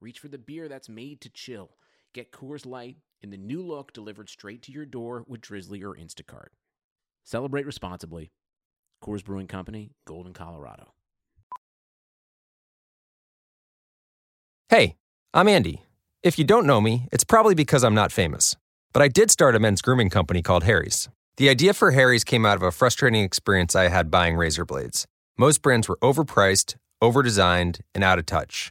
reach for the beer that's made to chill. Get Coors Light in the new look delivered straight to your door with Drizzly or Instacart. Celebrate responsibly. Coors Brewing Company, Golden, Colorado. Hey, I'm Andy. If you don't know me, it's probably because I'm not famous. But I did start a men's grooming company called Harry's. The idea for Harry's came out of a frustrating experience I had buying razor blades. Most brands were overpriced, overdesigned, and out of touch.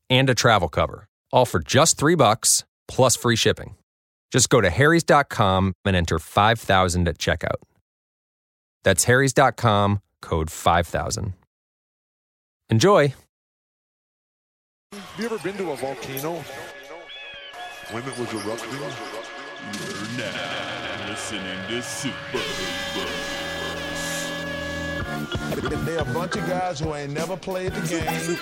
and a travel cover, all for just three bucks plus free shipping. Just go to harrys.com and enter 5000 at checkout. That's harrys.com, code 5000. Enjoy! Have you ever been to a volcano? Women was erupting. You're now listening to Super Hoopers. They're a bunch of guys who ain't never played the game.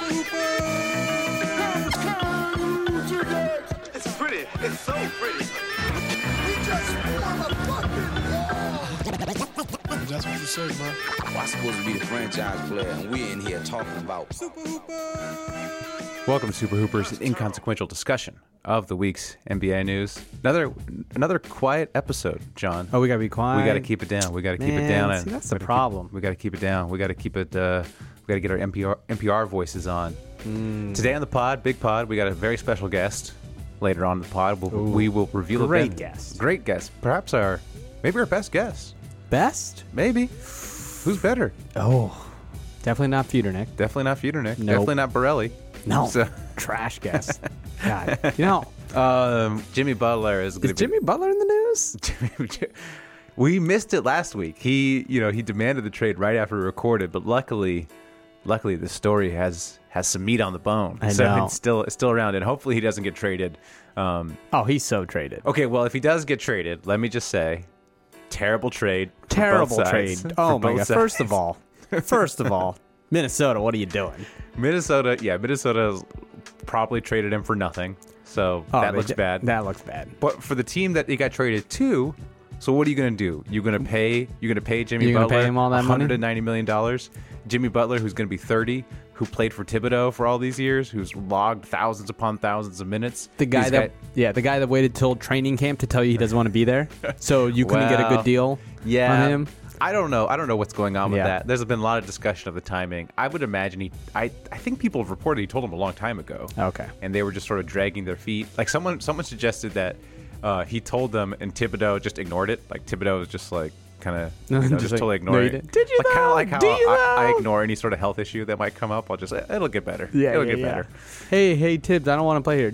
It's pretty. It's so pretty. I'm supposed to be the franchise player, and we're in here talking about Welcome to Super Hoopers, an inconsequential discussion of the week's NBA news. Another another quiet episode, John. Oh, we gotta be quiet. We got to keep it down. We got to keep it Man, down. see, that's the we gotta keep- problem. we got to keep it down. We got to keep it. Uh, we got to get our NPR NPR voices on. Hmm. Today on the pod, big pod, we got a very special guest. Later on in the pod, we'll, we will reveal great a bit- guest. Great guest. Perhaps our maybe our best guest. Best? Maybe. Who's better? Oh, definitely not Futernick. Definitely not Futernick. Nope. Definitely not Borelli. No, So, trash guest. God, you know, um, Jimmy Butler is is going to be Jimmy Butler in the news? we missed it last week. He, you know, he demanded the trade right after we recorded, but luckily, luckily the story has has some meat on the bone. I so know. it's still it's still around, and hopefully he doesn't get traded. Um, Oh, he's so traded. okay, well if he does get traded, let me just say, terrible trade. for both Terrible trade. sides. For Oh my both god. sides. First of all, first of all, Minnesota, what are you doing? Minnesota, yeah, Minnesota's probably traded him for nothing. So Oh, that they looks d- bad. That looks bad. But for the team that they got traded to, so what are you going to do? You're going to pay. You're going to pay Jimmy You're gonna Butler pay him all that money? 190 million dollars. Jimmy Butler, who's going to be 30, who played for Thibodeau for all these years, who's logged thousands upon thousands of minutes. The guy He's that, got- yeah, the guy that waited till training camp to tell you he doesn't want to be there, so you couldn't get a Well, good deal yeah, on him. I don't know. I don't know what's going on with Yeah. that. There's been a lot of discussion of the timing. I would imagine he. I I think people have reported he told him a long time ago. Okay. And they were just sort of dragging their feet. Like someone someone suggested that uh, he told them, and Thibodeau just ignored it. Like Thibodeau was just like kind of you know, Just just, like, totally "No, ignored you it. didn't. Did you Like, Kind though? of like how Do you I, I though? ignore any sort of health issue that might come up. I'll just it'll get better. Yeah, it'll yeah, get yeah. better. Hey, hey, Tibbs, I don't want to play here.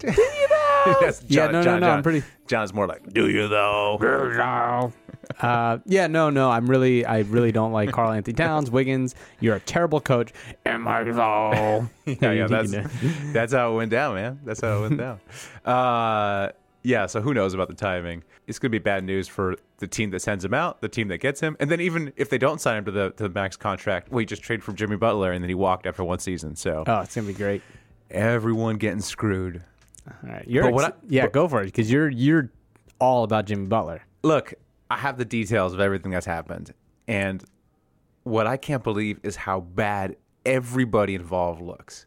That's Yeah, John- no, no, John- no, I'm John- pretty- John's more like, do you though? Uh, yeah, no, no. I'm really, I really don't like Carl Anthony Towns, Wiggins. You're a terrible coach. Am I though? yeah, yeah, that's that's how it went down, man. That's how it went down. Uh, yeah, so who knows about the timing? It's gonna be bad news for the team that sends him out, the team that gets him, and then even if they don't sign him to the to the max contract, we just trade from Jimmy Butler, and then he walked after one season. So Oh, it's gonna be great. everyone getting screwed. All right, you're But what ex- I- yeah, but- go for it because you're you're all about Jimmy Butler. Look, I have the details of everything that's happened, and what I can't believe is how bad everybody involved looks.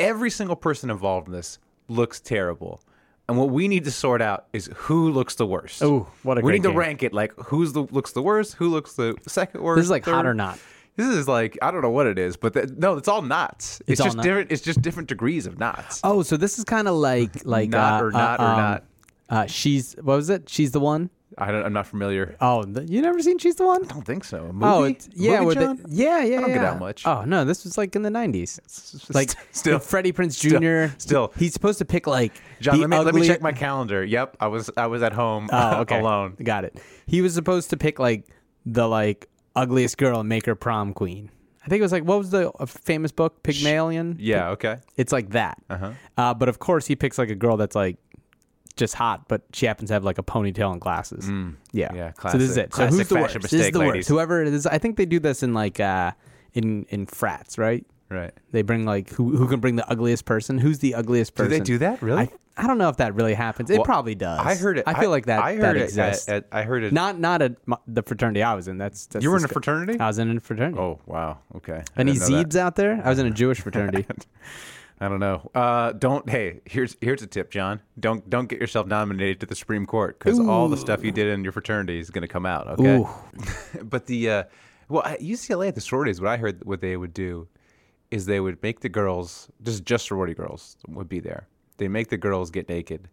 Every single person involved in this looks terrible. And what we need to sort out is who looks the worst. Ooh, what a We great need game. to rank it like who's the looks the worst, who looks the second worst. This is like third. hot or not. This is like I don't know what it is, but th- no, it's all knots. It's, It's all just knot- different. It's just different degrees of knots. Oh, so this is kind of like like Not uh, or not uh, or um, not. Uh, she's what was it? She's the one. I don't, I'm not familiar. Oh, th- you never seen She's the One? I don't think so. A Oh, movie? it's, yeah, Movie, with the- John? yeah, yeah. I don't get yeah. out much. Oh no, this was like in the nineties. Like still- still Freddie Prince Jr. still- still. he's supposed to pick like John, the let me, let me ugly- check my calendar. Yep, I was I was at home Oh, okay. alone. Got it. He was supposed to pick like the like ugliest girl and make her prom queen. I think it was like what was the uh, famous book Pygmalion? Yeah, okay. It's like that. Uh-huh. but of course, he picks like a girl that's like just hot, but she happens to have like a ponytail and glasses. yeah, Mm. Yeah, So this is classic- it. So who's classic the worst? fashion this is mistake, the ladies. worst. Whoever it is, I think they do this in like uh in in frats, right? Right. They bring like who who can bring the ugliest person? Who's the ugliest Do person? they do that? Really? I, I don't know if that really happens. It Well, probably does. I heard it. I feel like that. I heard that it. at- exists. at- I heard it. not not at my, the fraternity I was in. That's, that's You were in a disgu- fraternity? I was in a fraternity. oh wow. Okay. I Any didn't know that. Zeebs out there? I was in a Jewish fraternity. I don't know. Uh, don't. Hey, here's here's a tip, John. Don't don't get yourself nominated to the Supreme Court because all the stuff you did in your fraternity is going to come out. Okay. but the uh, well, at UCLA at the sororities, what I heard what they would do is they would make the girls just just sorority girls would be there. They make the girls get naked,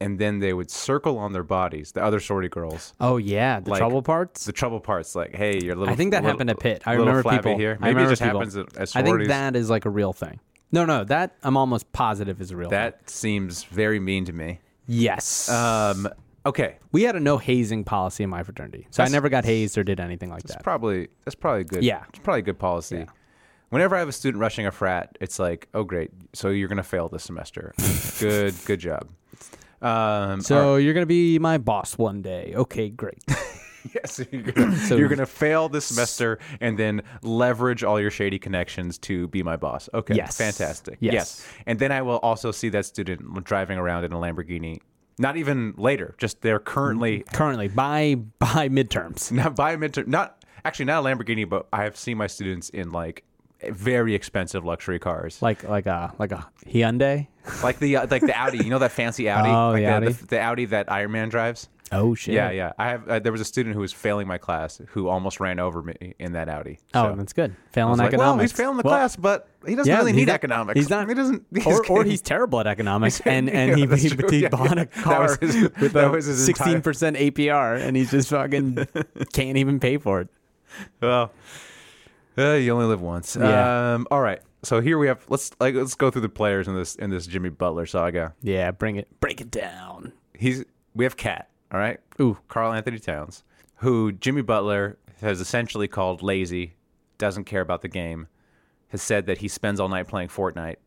and then they would circle on their bodies the other sorority girls. oh yeah, the Like, trouble parts. The trouble part's like, hey, you're a little. I think that little- happened at Pitt. I little remember flabby people here. I Maybe it remember just people. happens at, at sororities. I think that is like a real thing. No, no, that I'm almost positive is a real. thing. that seems very mean to me. yes. Um, okay, we had a no hazing policy in my fraternity, so I never got hazed or did anything like That's that. probably that's probably good. Yeah. it's probably good policy. Whenever I have a student rushing a frat, it's like, oh great, so you're gonna fail this semester. good, good job. Um, so you're gonna be my boss one day. Okay, great. yes, you're gonna, So- you're gonna fail this semester and then leverage all your shady connections to be my boss. Okay, Yes. fantastic. Yes. and then I will also see that student driving around in a Lamborghini. Not even later, just they're currently Currently, by by midterms. not buy a midterm not actually not a lamborghini but i have seen my students in like very expensive luxury cars like like a like a Hyundai. like the uh, like the audi you know that fancy audi Oh, like the Audi? The, audi that iron man drives Oh shit! yeah yeah i have uh, there was a student who was failing my class who almost ran over me in that audi Oh, So that's good. I was Failing like, economics. well he's failing the Well, class but he doesn't yeah, really he's need not- economics He's not. he doesn't he's or, or getting- he's terrible at economics, and and Yeah, that's he, he, true. he Yeah, bought yeah. a That car was his- with that was a his entire- sixteen percent APR, and he's just fucking can't even pay for it. well uh, you only live once Yeah. um all right so here we have let's like let's go through the players in this in this jimmy butler saga Yeah, bring it, break it down. he's we have Cat, all right? Ooh. Carl Anthony Towns, who Jimmy Butler has essentially called lazy, doesn't care about the game, has said that he spends all night playing Fortnite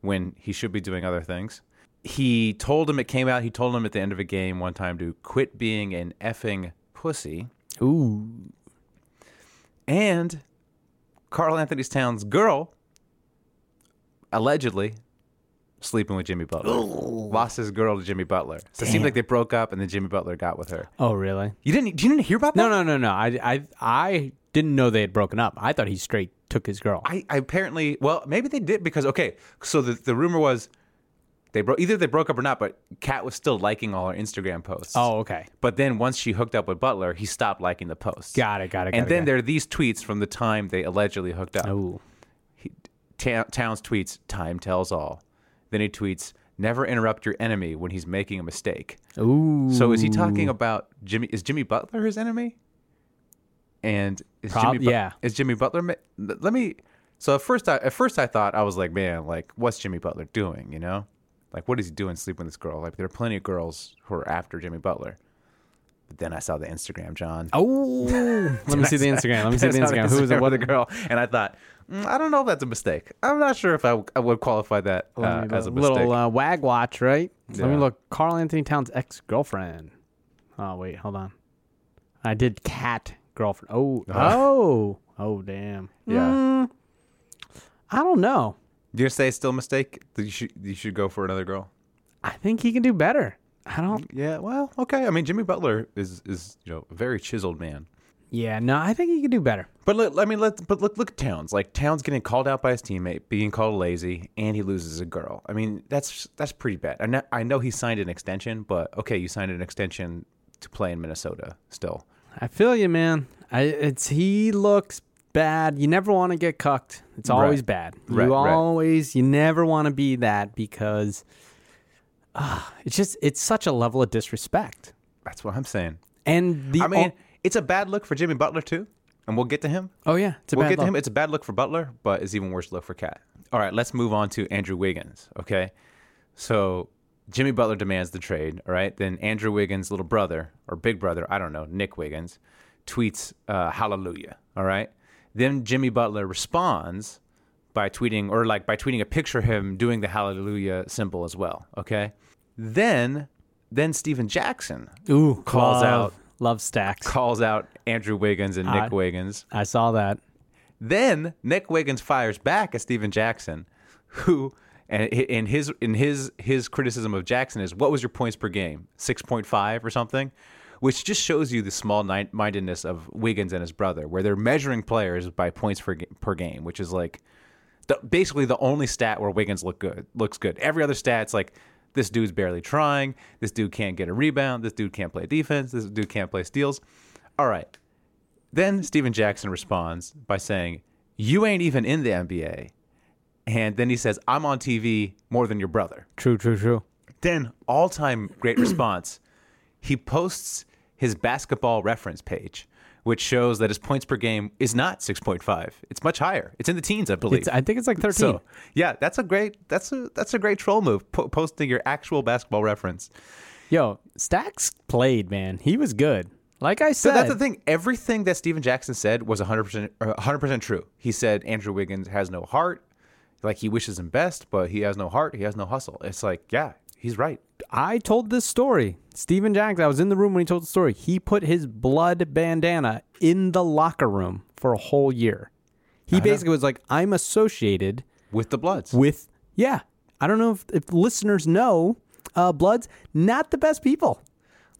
when he should be doing other things. He told him it came out, he told him at the end of a game one time to quit being an effing pussy. Ooh, And Carl Anthony Towns' girl allegedly sleeping with Jimmy Butler. Lost his girl to Jimmy Butler. So it seems like they broke up and then Jimmy Butler got with her. oh really? You didn't you didn't hear about that? No, no, no, no. I I I didn't know they had broken up. I thought he straight took his girl. I, I apparently well maybe they did because okay so the, the rumor was they broke either they broke up or not but Kat was still liking all her Instagram posts. oh, okay. But then once she hooked up with Butler, he stopped liking the posts. Got it, got it, got and it, then got it. there are these tweets from the time they allegedly hooked up. Ooh, Ta- Towns tweets, "Time tells all." Then he tweets, "Never interrupt your enemy when he's making a mistake." ooh. So is he talking about Jimmy? Is Jimmy Butler his enemy? And is Prob- Jimmy? Bu- yeah. Is Jimmy Butler? ma- Let me. So at first, I at first I thought I was like, man, like what's Jimmy Butler doing? You know, like what is he doing sleeping with this girl? Like there are plenty of girls who are after Jimmy Butler. But then I saw the Instagram, John. Oh, let me see the Instagram. Let me see the That's not Instagram. Who is it? Instagram What with a girl? And I thought, mm, I don't know if that's a mistake. I'm not sure if I, w- I would qualify that uh, Let me as a look. mistake. little uh, wag watch, right? Let Yeah. me look. Carl Anthony Towns ex girlfriend. Oh wait, hold on. I did cat girlfriend. Oh oh oh damn. Hmm. yeah. I don't know. Do you say it's still a mistake? That you should you should go for another girl. I think he can do better. I don't. Yeah. Well, okay. I mean, Jimmy Butler is is you know a very chiseled man. Yeah, no, I think he can do better. But let, I mean, let but look look at Towns. Like Towns getting called out by his teammate, being called lazy, and he loses a girl. I mean, that's that's pretty bad. I know, I know he signed an extension, but okay, you signed an extension to play in Minnesota still. I feel you, man. I it's he looks bad. You never want to get cucked. It's Right. always bad. Right, you right. always, you never want to be that because uh, it's just, it's such a level of disrespect. That's what I'm saying. And the, I mean, o- it's a bad look for Jimmy Butler too, and we'll get to him. oh, yeah, it's a we'll bad get to look. him. It's a bad look for Butler, but it's even worse look for Cat. All right, let's move on to Andrew Wiggins. Okay, so Jimmy Butler demands the trade. All right, then Andrew Wiggins' little brother or big brother, I don't know, Nick Wiggins, tweets uh, "Hallelujah." All right, then Jimmy Butler responds by tweeting or like by tweeting a picture of him doing the Hallelujah symbol as well. Okay, then then Steven Jackson Ooh, calls love- out- Love stacks. calls out Andrew Wiggins and Nick Odd. Wiggins. I saw that. Then Nick Wiggins fires back at Steven Jackson, who and in his in his his criticism of Jackson is what was your points per game? 6.5 or something? Which just shows you the small ni- mindedness of Wiggins and his brother, where they're measuring players by points per, ga- per game, which is like the, basically the only stat where Wiggins look good looks good. Every other stat's like this dude's barely trying, this dude can't get a rebound, this dude can't play defense, this dude can't play steals. All right, then Steven Jackson responds by saying, You ain't even in the NBA. And then he says, I'm on TV more than your brother. True, true, true. Then, all time great response, he posts his basketball reference page, which shows that his points per game is not 6.5. It's much higher. It's in the teens, I believe. It's, uh, I think it's like 13. So yeah, that's a great that's a that's a great troll move. Po- posting your actual basketball reference. Yo, Stacks played, man. He was good. Like I So said, that's the thing. Everything that Steven Jackson said was 100% uh, 100% true. He said Andrew Wiggins has no heart. Like he wishes him best, but he has no heart. He has no hustle. It's like, yeah, he's right. I told this story. Steven Jackson, I was in the room when he told the story. He put his blood bandana in the locker room for a whole year. He Uh-huh. basically was like, I'm associated With the Bloods. with, yeah. I don't know if, if listeners know, uh, Bloods, not the best people.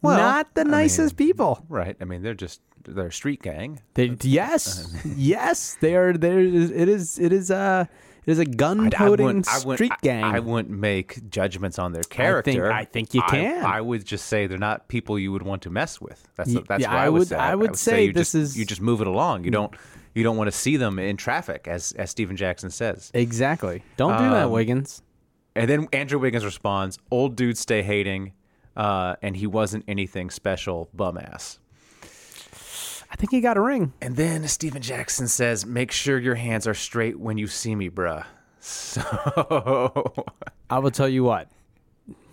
Well, not the I nicest people. right. I mean, they're just they're a street gang. They, yes, yes, they are. There is. It is. It is. Uh, it is a gun I toting wouldn't- I wouldn't- street I- gang. I, wouldn't make judgments on their character. I think you I- can. I, would just say they're not people you would want to mess with. That's Ye- that's yeah, what I I, would, would- say. I would say you this just, is- Mm. you just move it along. You don't you don't want to see them in traffic, as as Steven Jackson says. exactly. Don't do that, Um, Wiggins. And then Andrew Wiggins responds, "Old dudes stay hating, uh, and he wasn't anything special, bum ass." I think he got a ring. And then Steven Jackson says, "Make sure your hands are straight when you see me, bruh." So I will tell you what.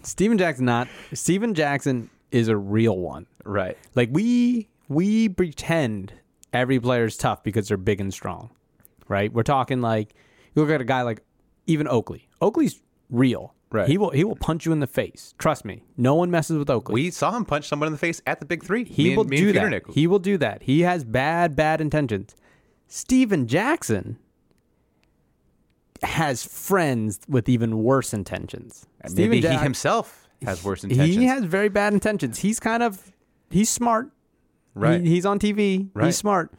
Steven Jackson not Steven Jackson is a real one. right, Like we we pretend every player is tough because they're big and strong. Right? We're talking like you look at a guy like even Oakley. Oakley's real. Right. He will he will punch you in the face. Trust me. No one messes with Oakley. we saw him punch someone in the face at the big three. He Me and- will me and do Peter that. Nick. He will do that. He has bad, bad intentions. Steven Jackson has friends with even worse intentions. Steven Maybe he Jack- himself has worse intentions. he has very bad intentions. He's kind of he's smart. right. He- he's on TV. Right. He's smart.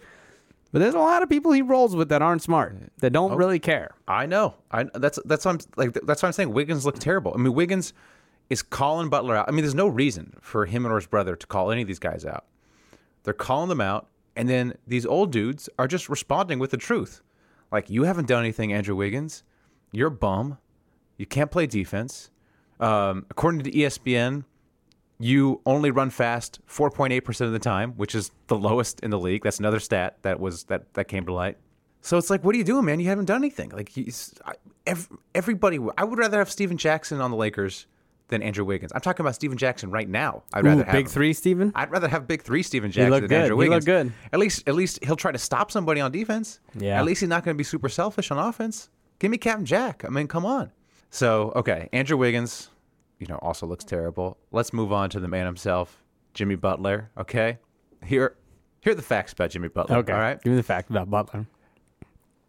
But there's a lot of people he rolls with that aren't smart, that Oh. don't really care. I know. I that's that's what I'm like. That's what I'm saying. Wiggins looked terrible. I mean, Wiggins is calling Butler out. I mean, there's no reason for him or his brother to call any of these guys out. They're calling them out, and then these old dudes are just responding with the truth. Like, you haven't done anything, Andrew Wiggins. You're a bum. You can't play defense. Um, according to ESPN, you only run fast 4.8% of the time, which is the lowest in the league. That's another stat that was that that came to light. So it's like, what are you doing, man? You haven't done anything. Like he's, I, ev- everybody. w- I would rather have Steven Jackson on the Lakers than Andrew Wiggins. I'm talking about Steven Jackson right now. I'd rather Ooh, have big him. three, Steven? I'd rather have big three Steven looked Jackson than good. Andrew He Wiggins. looked good. At least, at least he'll try to stop somebody on defense. Yeah. At least he's not going to be super selfish on offense. Give me Captain Jack. I mean, come on. So okay, Andrew Wiggins, you know, also looks terrible. Let's move on to the man himself, Jimmy Butler. Okay, here, here are the facts about Jimmy Butler. Okay. All right Give me the fact about Butler.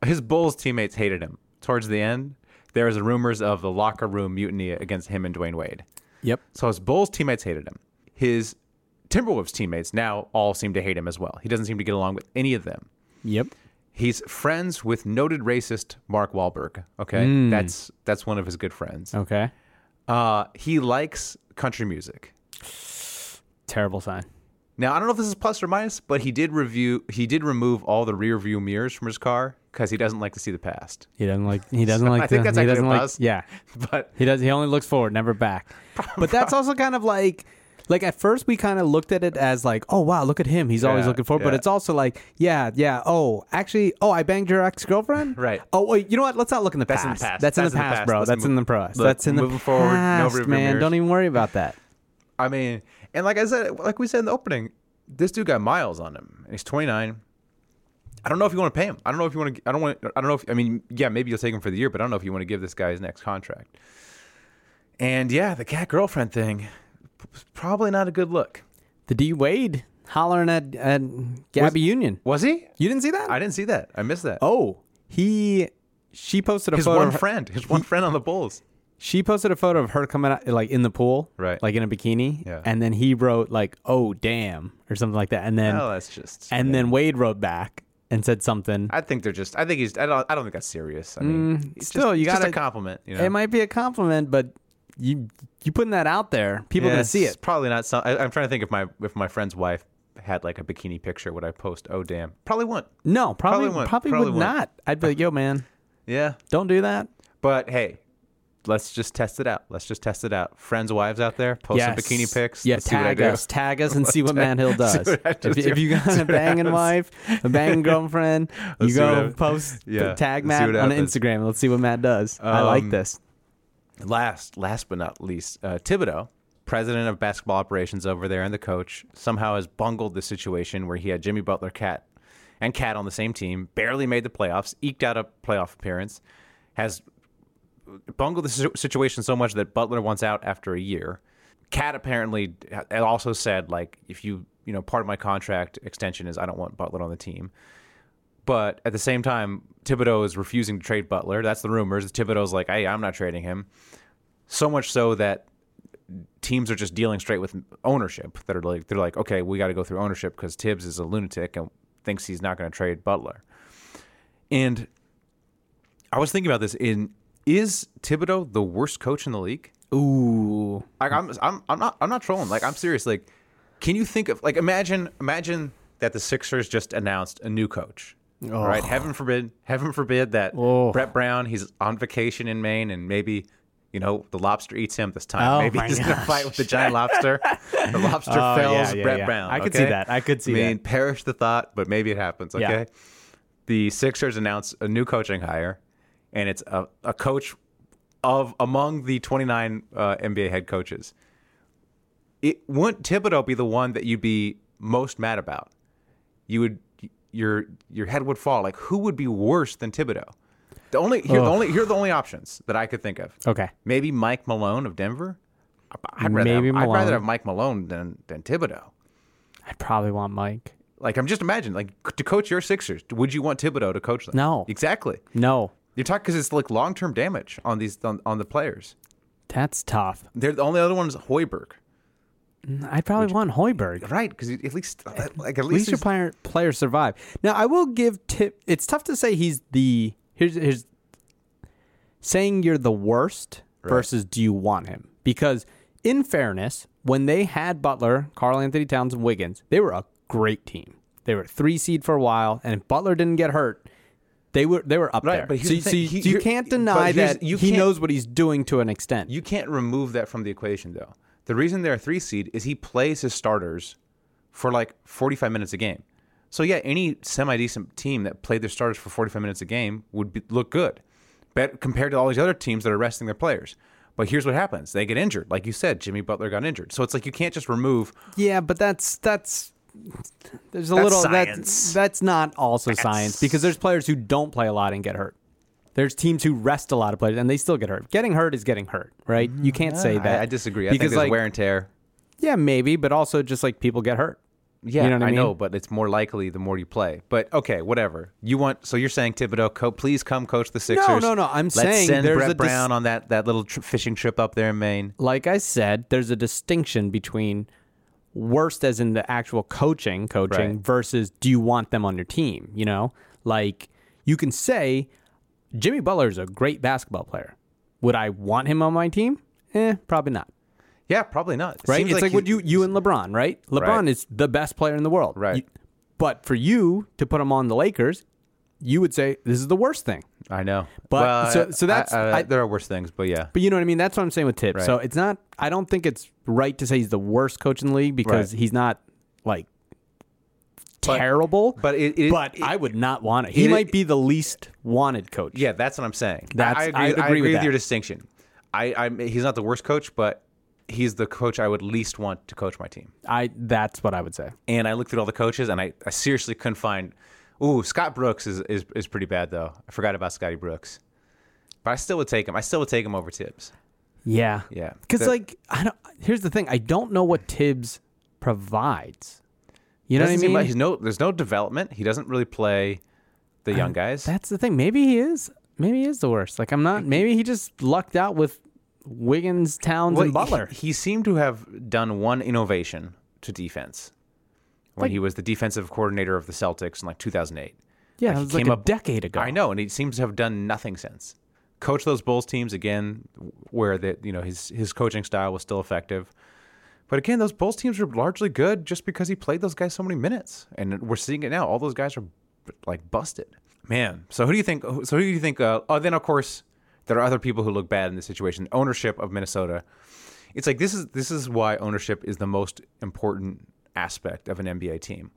his Bulls teammates hated him. Towards the end, there was rumors of the locker room mutiny against him and Dwayne Wade. Yep. So his Bulls teammates hated him. His Timberwolves teammates now all seem to hate him as well. He doesn't seem to get along with any of them. Yep. He's friends with noted racist Mark Wahlberg. Okay, that's that's one of his good friends. Okay. Uh, he likes country music. Terrible sign. Now I don't know if this is plus or minus, but he did review. He did remove all the rear view mirrors from his car because he doesn't like to see the past. He doesn't like. He doesn't So like. I think the- that's he actually doesn't a like. plus. Yeah, But he does. He only looks forward, never back. But that's also kind of like, like at first we kind of looked at it as like, oh wow, look at him. He's always Yeah, looking forward. But yeah. it's also like, yeah, yeah. Oh, actually, oh, I banged your ex girlfriend. Right. Oh wait, you know what? Let's not look in the That's in the past. past. That's in That's the past, bro. Let's That's in the move- past. look, That's in the moving forward, no past, rearview man. mirrors. Don't even worry about that. I mean, and like I said, like we said in the opening, this dude got miles on him, and he's 29. I don't know if you want to pay him. I don't know if you want to. I don't want. I don't know if. I mean, yeah, maybe you'll take him for the year, but I don't know if you want to give this guy his next contract. And yeah, the cat girlfriend thing, p- probably not a good look. The D Wade hollering at at Gabby Union. Was he? You didn't see that? I didn't see that. I missed that. Oh, he. She posted a his photo. one of her- friend. His one friend on the Bulls. She posted a photo of her coming out like in the pool, Right. Like in a bikini, Yeah. And then he wrote like, "Oh damn" or something like that. And then Oh, that's just. and then Wade wrote back and said something. I think they're just. I think he's. I don't. I don't think that's serious. I mean, it's still, just, Mm. you it's just gotta- a compliment. You know, It might be a compliment, but you you putting that out there, people are Yeah, gonna see it's it. Probably not. Some, I, I'm trying to think if my if my friend's wife had like a bikini picture, would I post? Oh damn, probably wouldn't. No, Probably probably probably, won't. Probably would won't. not. I'd be like, "Yo, man, Yeah, don't do that." but hey, let's just test it out. Let's just test it out. Friends, wives out there, post some Yes. bikini pics. Yeah, Let's see what I tag do. us, tag us, and see what Man Hill does. what I if, do. if you got See a what banging happens. wife, a banging girlfriend, you Let's see what go happens. post Yeah, tag let's see Matt what on happens. Instagram. and Let's see what Matt does. I like Um, this. Last, last but not least, uh, Thibodeau, president of basketball operations over there, and the coach somehow has bungled the situation where he had Jimmy Butler, Cat, and Cat on the same team, barely made the playoffs, eked out a playoff appearance, has bungled the situ- situation so much that Butler wants out after a year. Cat apparently ha- also said like, if you you know part of my contract extension is I don't want Butler on the team. But at the same time, Thibodeau is refusing to trade Butler. That's the rumors. Thibodeau's like, hey, I'm not trading him. So much so that teams are just dealing straight with ownership. That are like, they're like, okay, we got to go through ownership because Tibbs is a lunatic and thinks he's not going to trade Butler. And I was thinking about this. In is Thibodeau the worst coach in the league? Ooh. Like I'm, I'm, I'm not, I'm not trolling. Like I'm serious. Like, can you think of like imagine, imagine that the Sixers just announced a new coach. Oh. All right, heaven forbid, heaven forbid that Brett Brown he's on vacation in Maine and maybe. You know the lobster eats him this time. Oh, Maybe my he's gonna gosh. fight with the giant lobster. The lobster Oh, fells yeah, yeah, Brett yeah. Brown. I could see okay? that. I could see I mean, that. perish the thought, but maybe it happens. Okay. Yeah. The Sixers announced a new coaching hire, and it's a, a coach of among the 29 uh, NBA head coaches. It wouldn't Thibodeau be the one that you'd be most mad about? You would your your head would fall. Like who would be worse than Thibodeau? The only here the only here are the only options that I could think of. Okay. Maybe Mike Malone of Denver. I'd rather Maybe have, I'd Malone. rather have Mike Malone than than Thibodeau. I'd probably want Mike. Like I'm just imagining, like c- to coach your Sixers, would you want Thibodeau to coach them? No. exactly. No, You're talking because it's like long term damage on these on, on the players. that's tough. They're the only other one is Hoiberg, I'd probably want Hoiberg. At right? Because at least like at least, least your he's- player players survive. Now I will give tip. It's tough to say he's the here's here's saying you're the worst versus do you want him? Because in fairness, when they had Butler, Carl Anthony Towns, and Wiggins, they were a great team. They were three seed for a while, and if Butler didn't get hurt. They were they were up Right, there. but here's so, the so thing. you- He- so you here- can't but deny here's- that you he can't- knows what he's doing to an extent. you can't remove that from the equation though. The reason they're a three seed is he plays his starters for like 45 minutes a game. So yeah, any semi decent team that played their starters for 45 minutes a game would be, look good, but compared to all these other teams that are resting their players. But here's what happens: they get injured, like you said. Jimmy Butler got injured, so it's like you can't just remove Yeah, but that's that's there's a That's little that's science. that's not also science because there's players who don't play a lot and get hurt. There's teams who rest a lot of players and they still get hurt. Getting hurt is getting hurt, right? You can't say that. Mm, I, I disagree. I because think there's like wear and tear. yeah, maybe, but also just like people get hurt. Yeah, you know what I, mean? know, but it's more likely the more you play. But okay, whatever. You want so you're saying Thibodeau, co- please come coach the Sixers. no, no, I'm Let's saying send there's Brett a dis- Brown on that that little tr- fishing trip up there in Maine. Like I said, there's a distinction between worst as in the actual coaching coaching Right. versus do you want them on your team, you know? Like you can say Jimmy Butler is a great basketball player. Would I want him on my team? Eh, probably not. Yeah, probably not. It right? seems it's like, he- what you you and LeBron, right? LeBron Right. is the best player in the world, Right. You- but for you to put him on the Lakers, you would say this is the worst thing. I know. But- Well, so- I- so that's- I- I- I- there are worse things, but yeah. But you know what I mean? That's what I'm saying with Tibbs. Right. So it's not. I don't think it's right to say he's the worst coach in the league because Right. he's not like But- terrible. but it- it- but it- I would not want it. He it- might be the least wanted coach. Yeah, that's what I'm saying. I- That's- I agree, I'd I agree with with, that. your distinction. I, I he's not the worst coach, but he's the coach I would least want to coach my team. I. That's what I would say. And I looked through all the coaches, and I, I seriously couldn't find. Ooh, Scott Brooks is, is is pretty bad though. I forgot about Scotty Brooks, but I still would take him. I still would take him over Tibbs. Yeah. Yeah. Because That- like I don't. Here's the thing. I don't know what Tibbs provides. You know Doesn't what I seem mean? like he's no. There's no development. He doesn't really play the Uh, young guys. That's the thing. Maybe he is. Maybe he is the worst. Like I'm not. Maybe he just lucked out with Wiggins, Towns, Well, and Butler. He, he seemed to have done one innovation to defense when he was the defensive coordinator of the Celtics in like 2008. yeah, he that was like came a up- decade ago. I know, and he seems to have done nothing since. Coach those Bulls teams again, where that you know his his coaching style was still effective. But again, those Bulls teams were largely good just because he played those guys so many minutes, and we're seeing it now. All those guys are like busted, man. So who do you think? So who do you think? Uh, oh, then of course there are other people who look bad in this situation. Ownership of Minnesota. It's like this is this is why ownership is the most important aspect of an NBA team,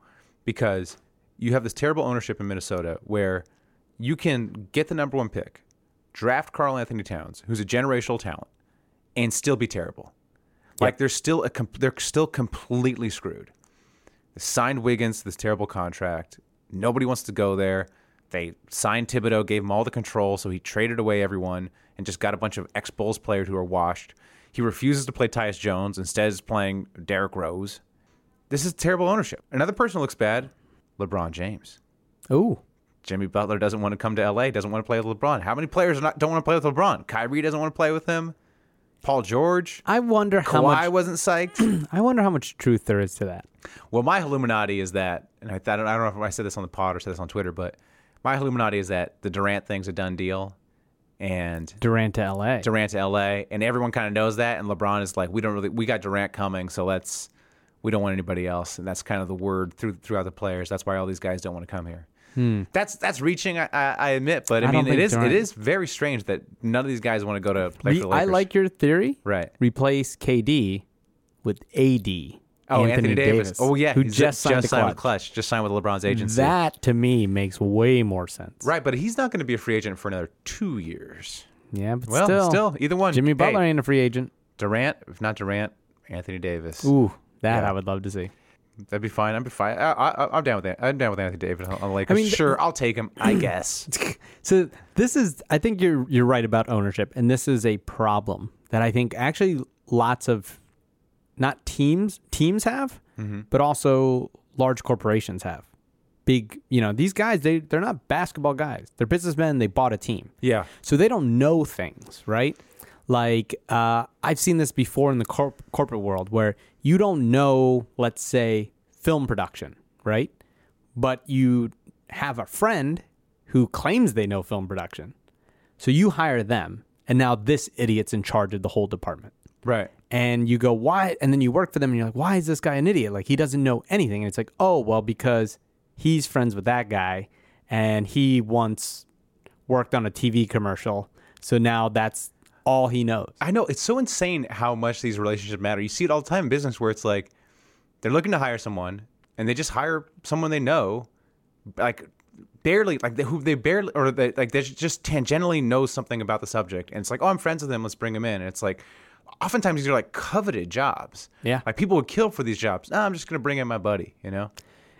because you have this terrible ownership in Minnesota where you can get the number one pick, draft Carl Anthony Towns, who's a generational talent, and still be terrible. Like they're still a com- they're still completely screwed. They signed Wiggins to this terrible contract. Nobody wants to go there. They signed Thibodeau, gave him all the control, so he traded away everyone and just got a bunch of ex Bulls players who are washed. He refuses to play Tyus Jones. Instead, is playing Derrick Rose. This is terrible ownership. Another person who looks bad, LeBron James. Ooh, Jimmy Butler doesn't want to come to LA, doesn't want to play with LeBron. How many players are not, don't want to play with LeBron? Kyrie doesn't want to play with him. Paul George. I wonder how Kawhi much. wasn't psyched. I wonder how much truth there is to that. well, my Illuminati is that, and I, I, don't, I don't know if I said this on the pod or said this on Twitter, but my Illuminati is that the Durant thing's a done deal and Durant to L.A. Durant to LA, and everyone kind of knows that. And LeBron is like, we don't really, we got Durant coming, so let's, we don't want anybody else. And that's kind of the word through, throughout the players. That's why all these guys don't want to come here. That's that's reaching, I, I, I admit, but I, Hmm. I don't mean, it think is Durant- it is very strange that none of these guys want to go to play Re- for the I Lakers. like your theory. Right. Replace KD with AD. oh Anthony, Davis. Oh yeah, who he's just, signed the just signed clutch. with Clutch, just signed with LeBron's agency. That to me makes way more sense. right, but he's not going to be a free agent for another two years. Yeah, but Well, still, still, either one. Jimmy Hey, Butler ain't a free agent. Durant, if not Durant, Anthony Davis. Ooh, that Yeah. I would love to see. That'd be fine. I'm fine. I, I, I'm down with that. I'm down with Anthony David on the Lakers. I mean, sure, I'll take him. I guess. So this is, I think you're you're right about ownership, and this is a problem that I think actually lots of, not teams teams have, but also large corporations have. Big, you know, these guys they they're not basketball guys. They're businessmen. They bought a team. Yeah. So they don't know things, right? Like uh, I've seen this before in the corp- corporate world where you don't know, let's say, film production, right? But you have a friend who claims they know film production. So you hire them, and now this idiot's in charge of the whole department Right. and you go why and then you work for them and you're like why is this guy an idiot like he doesn't know anything and it's like oh well because he's friends with that guy and he once worked on a tv commercial so now that's all he knows I know it's so insane how much these relationships matter. You see it all the time in business where it's like they're looking to hire someone and they just hire someone they know, like barely, like they, who they barely or they, like they just tangentially know something about the subject. And it's like, oh, I'm friends with them. Let's bring them in. And it's like. Oftentimes these are like coveted jobs. Yeah. like people would kill for these jobs. "Ah, I'm just gonna bring in my buddy. You know,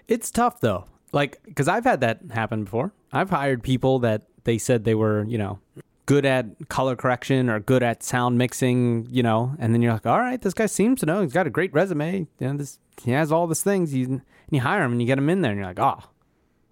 It's tough though. Like cuz I've had that happen before. I've hired people that they said they were, you know, good at color correction or good at sound mixing, you know, and then you're like, "All right, this guy seems to know. He's got a great resume. You know, this he has all these things." He's, and you hire him and you get him in there and you're like, "Oh,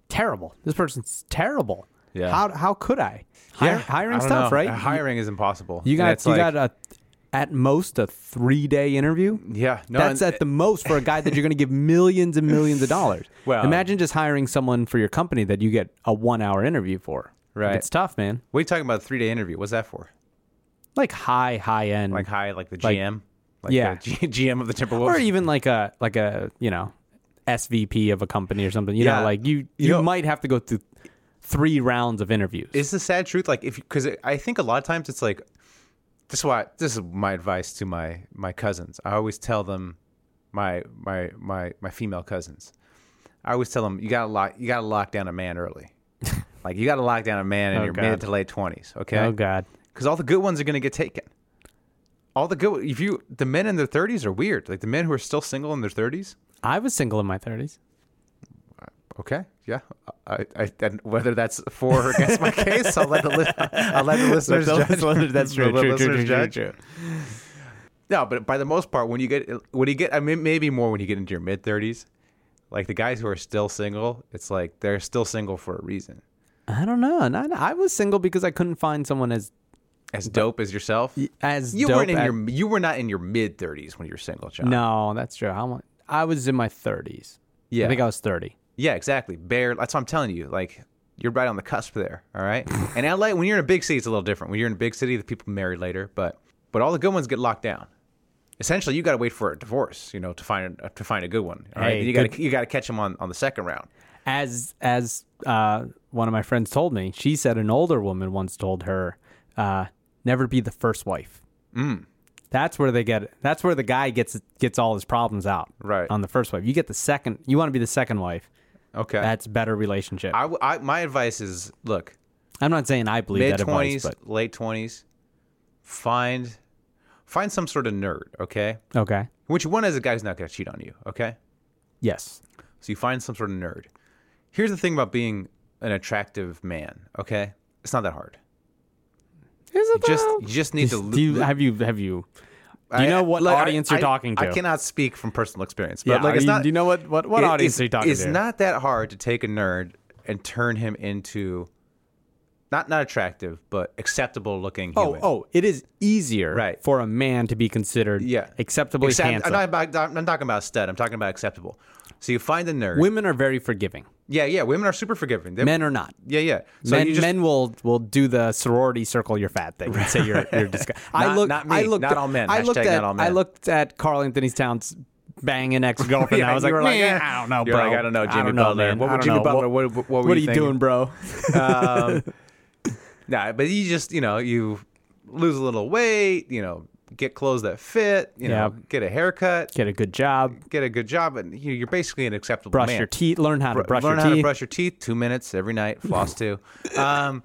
terrible. This person's terrible." Yeah. How how could I? Hire, Yeah, I hiring don't stuff, know. right? Uh, Hiring is impossible. you And got it's you like- got uh, a at most a 3-day interview. yeah. No, That's and- at the most for a guy that you're going to give millions and millions of dollars. Well- imagine just hiring someone for your company that you get a one-hour interview for. Right. it's tough, man. What are you talking about? A three day interview? What's that for? Like high, high end. Like high, like the Like- GM? like Yeah. the G- GM of the Timberwolves. or even like a like a you know SVP of a company or something. You Yeah. know, like you You you, know- might have to go through three rounds of interviews. is the sad truth like if because i think a lot of times it's like this is why this is my advice to my my cousins i always tell them my my my my female cousins i always tell them you gotta lock you gotta lock down a man early like you gotta lock down a man in Oh, your God. mid to late 20s okay Oh God. because all the good ones are going to get taken. All the good, if you, the men in their 30s are weird. Like the men who are still single in their 30s. I was single in my 30s. Okay, yeah. I, I, and whether that's for or against my case, I'll let the, li- I'll let the listeners the judge. listeners- that's true, Let the true, true, listeners true, judge. No, but by the most part, when you get, when you get, I mean, maybe more when you get into your mid 30s, like the guys who are still single, it's like they're still single for a reason. I don't know. Not, I was single because I couldn't find someone as As dope as yourself, as you dope weren't in at- your, you were not in your mid 30s when you were single, John. No, that's true. I want, I was in my 30s. Yeah. I think I was 30. Yeah, exactly. Bare. That's what I'm telling you. Like you're right on the cusp there. All right. and LA, when you're in a big city, it's a little different. When you're in a big city, the people marry later, but but all the good ones get locked down. Essentially, you got to wait for a divorce, you know, to find a, to find a good one. All right, Hey, you got good- to you got to catch them on on the second round. As as uh, one of my friends told me, she said an older woman once told her, uh, "Never be the first wife." Mm. That's where they get. That's where the guy gets gets all his problems out. Right. on the first wife, you get the second. You want to be the second wife. Okay. That's better relationship. I, I, w- I- my advice is look am not saying I believe mid that advice, twenties, but late twenties, find find some sort of nerd. Okay. okay. What you want is a guy who's not going to cheat on you. Okay. Yes. So you find some sort of nerd. Here's the thing about being an attractive man, okay? It's not that hard. Is You just you just need to do you, have you have you do you know what audience you're talking I to? cannot speak from personal experience, but Yeah, like I it's mean, not do you know what what, what it- audience it's, are you talking it's to? not that hard to take a nerd and turn him into not not attractive, but acceptable looking Oh, human. oh, it is easier Right. for a man to be considered yeah. acceptably Accept- handsome. I'm not about, I'm not talking about stud, I'm talking about acceptable. So you find the nerd. Women are very forgiving. yeah, yeah, women are super forgiving. They- Men are not. Yeah, yeah. So men, you just, men will will do the sorority circle your fat thing and say you're you're disgusting. I Not- looked not me. I looked Not at, all men. I looked Hashtag at not all men. I looked at Carl Anthony Towns banging ex girlfriend. Yeah, I was you like, were like, "Meh, eh." I don't know, You're bro. like, "I don't know, Jimmy know, Butler. man. What I would don't Jimmy know. Butler- What, what- what were what you are you thinking?" doing, bro? um, nah, but you just you know you lose a little weight, you know, get clothes that fit, you know, Yeah. get a haircut, Get a good job. get a good job, and you- you're basically an acceptable Brush man. your teeth. Learn how to Bru- brush learn your how teeth. to brush your teeth. Two minutes every night. Floss two. Um,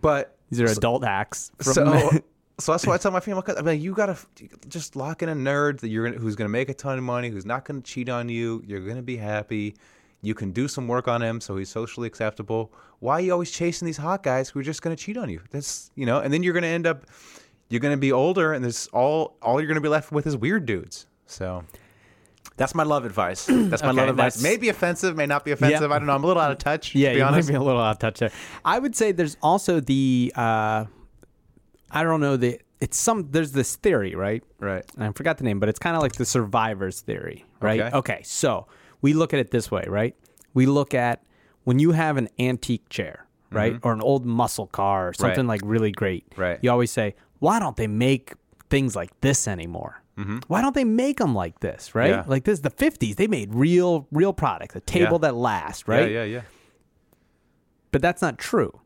but These are adult hacks. From so. So that's why I tell my family, I'm like, you gotta f- just lock in a nerd that you're gonna, who's gonna make a ton of money, who's not gonna cheat on you. You're gonna be happy. You can do some work on him so he's socially acceptable. Why are you always chasing these hot guys who are just gonna cheat on you? That's you know, and then you're gonna end up, you're gonna be older, and this all all you're gonna be left with is weird dudes. So. That's my love advice. That's my Okay, love advice. that's- May be offensive, may not be offensive. I don't know. I'm a little out of touch. Yeah, to be you honest. might be a little out of touch there. I would say there's also the uh, I don't know the it's some there's this theory right Right. And I forgot the name but it's kind of like the survivors theory right Okay. so we look at it this way right we look at when you have an antique chair right or an old muscle car or something like really great Mm-hmm. Right. you always say why don't they make things like this anymore why don't they make them like this right Mm-hmm. Yeah. like this the 50s they made real real products a table that lasts right Yeah, yeah, yeah. but that's not true.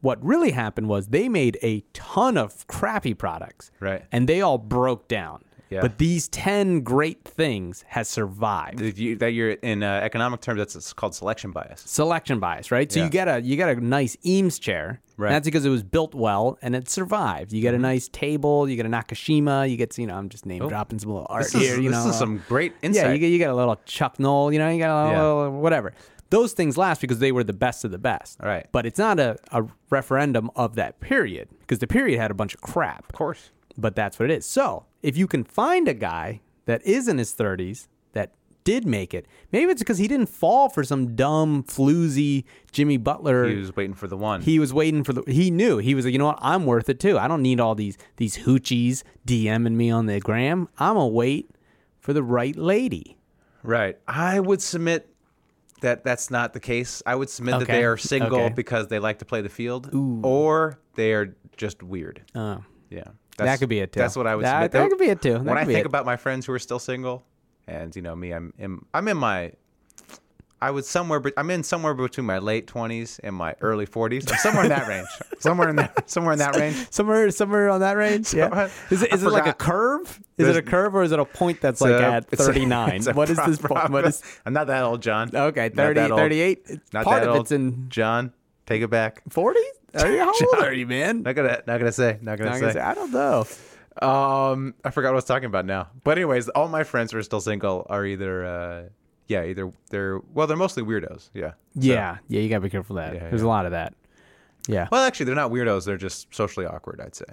What really happened was they made a ton of crappy products. Right. And they all broke down. Yeah. But these 10 great things has survived. If you- that you're in uh, economic terms, that's it's called selection bias. Selection bias, right? So Yeah. you get a you get a nice Eames chair. Right. Mm-hmm. That's because it was built well and it survived. You get a nice table, you get a Nakashima, you get you know, I'm just name dropping some little art Oh. This is, here, you this know. is some great Yeah, insight. you get, you get a little Chuck Knoll, you know, you got a Yeah. little whatever. Those things last because they were the best of the best. Right. But it's not a, a referendum of that period because the period had a bunch of crap. Of course. But that's what it is. So if you can find a guy that is in his 30s that did make it, maybe it's because he didn't fall for some dumb, floozy Jimmy Butler he was waiting for the one. he was waiting for the he knew he was like you know what i'm worth it too i don't need all these these hoochies dming me on the gram i'm gonna wait for the right lady right. I would submit that that's not the case. I would submit that Okay. they are single Okay. because they like to play the field, or they are just weird. uh, Yeah. That's- could be it, too. That's what I would. That- submit. that could be it, too. That when I could be think it. about my friends who are still single, and you know me, I'm in, I'm in my. I would somewhere, but I'm in somewhere between my late twenties and my early forties. I'm somewhere in that range. Somewhere in that. Somewhere in that range. Somewhere, somewhere on that range. Yeah. Somewhere- Is it, I is it like a forgot. curve? Is it There's- a curve or is it a point that's It's like a- at it's a- 39? it's a What is pro- this point? What is I'm not that old, John. Okay, Not 30, that old. 38. Not Part that of old. it's in- John. Take it back. 40? Are you, how old John. are you, man? Not gonna. Not gonna say. Not gonna Not say. gonna say- I don't know. Um, I forgot what I was talking about now. But anyways, all my friends who are still single are either, uh, yeah, either they're well, they're mostly weirdos. Yeah. Yeah, yeah, you gotta be careful of that. Yeah, There's a yeah. lot of that. Yeah, Well, actually, they're not weirdos. They're just socially awkward. I'd say.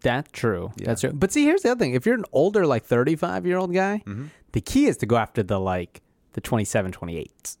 that's true. That's true. But see, here's the other thing: if you're an older, like 35 year old guy, Mm-hmm. the key is to go after the like the 27, 28s,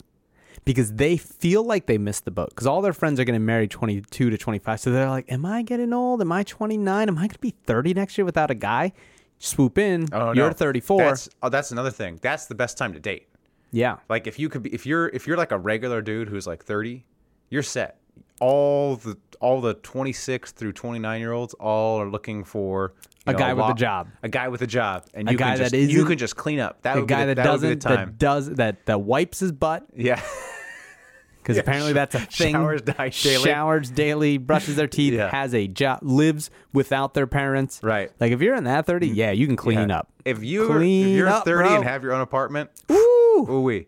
because they feel like they missed the boat. Because all their friends are getting married 22 to 25, so they're like, "Am I getting old? Am I 29? Am I gonna be 30 next year without a guy?" Swoop in. you're 34. Oh, That's, oh, that's another thing. That's the best time to date. yeah, Like if you could be, if you're, if you're like a regular dude who's like 30, you're set. All the all the 26 through 29 year olds all are looking for you A guy with a lo- job. A guy with a job, and A you guy can just, that you isn't- can just clean up. That the would be guy the, that that would be the doesn't time. that does that that wipes his butt yeah. because apparently that's a thing. showers di- daily. Showers daily, brushes their teeth, Yeah. has a job, lives without their parents. Right. Mm-hmm. Like if you're in that thirty, yeah, you can clean up. If you are, if Clean you're up, 30 and bro. have your own apartment, Ooh, ooh wee.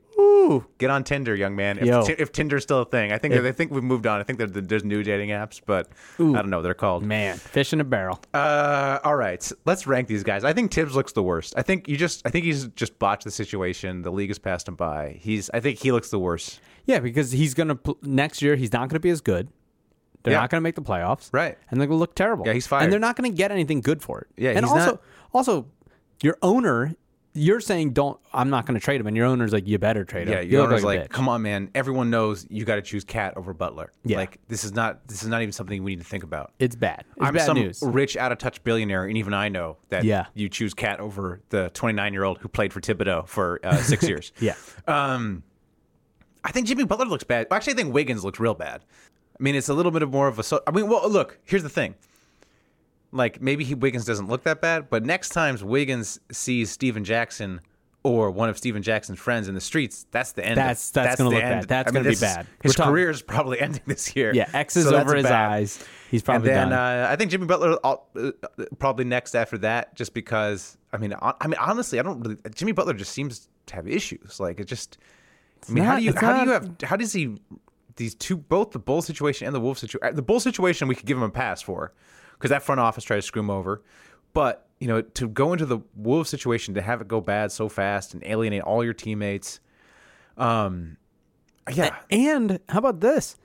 Get on Tinder, young man. If, Yo. Ti- if Tinder's still a thing, I think I think we've moved on. I think that that there's new dating apps, but I don't know what they're called. man, fish in a barrel. Uh, all right, let's rank these guys. I think Tibbs looks the worst. I think you just I think he's just botched the situation. The league has passed him by. He's I think he looks the worst. Yeah, because he's gonna pl- next year he's not gonna be as good. They're Yeah. not gonna make the playoffs, Right. And they're gonna look terrible. Yeah, he's And fired. they're not gonna get anything good for it. Yeah, and he's also, not- also, your owner, you're saying don't. I'm not gonna trade him, and your owner's like, you better trade him. Yeah, You your look owner's like, like, a bitch. come on, man. Everyone knows you got to choose Cat over Butler. Yeah. like this is not this is not even something we need to think about. It's bad. It's I'm bad some news. rich, out of touch billionaire, and even I know that Yeah. you choose Cat over the 29 year old who played for Thibodeau for uh, six years. Yeah. Um, I think Jimmy Butler looks bad. Actually, I think Wiggins looks real bad. I mean, it's a little bit of more of a. So- I mean, well, look, here's the thing. Like maybe he Wiggins doesn't look that bad, but next times Wiggins sees Steven Jackson or one of Steven Jackson's friends in the streets, that's the end. of- That's- that's gonna the look bad. end. That's I mean, gonna be this is- bad. His We're talking- career is probably ending this year. Yeah, X is So that's over his bad. eyes. He's probably and then done. uh, I think Jimmy Butler uh, uh, probably next after that, just because I mean, hon- I mean, honestly, I don't really. Jimmy Butler just seems to have issues. Like it just. I mean, how not- do you it's how do you not- have how does he these two both the bull situation and the wolf situation the bull situation we could give him a pass for because that front office tried to screw him over, but you know to go into the wolf situation to have it go bad so fast and alienate all your teammates, um, yeah, And how about this?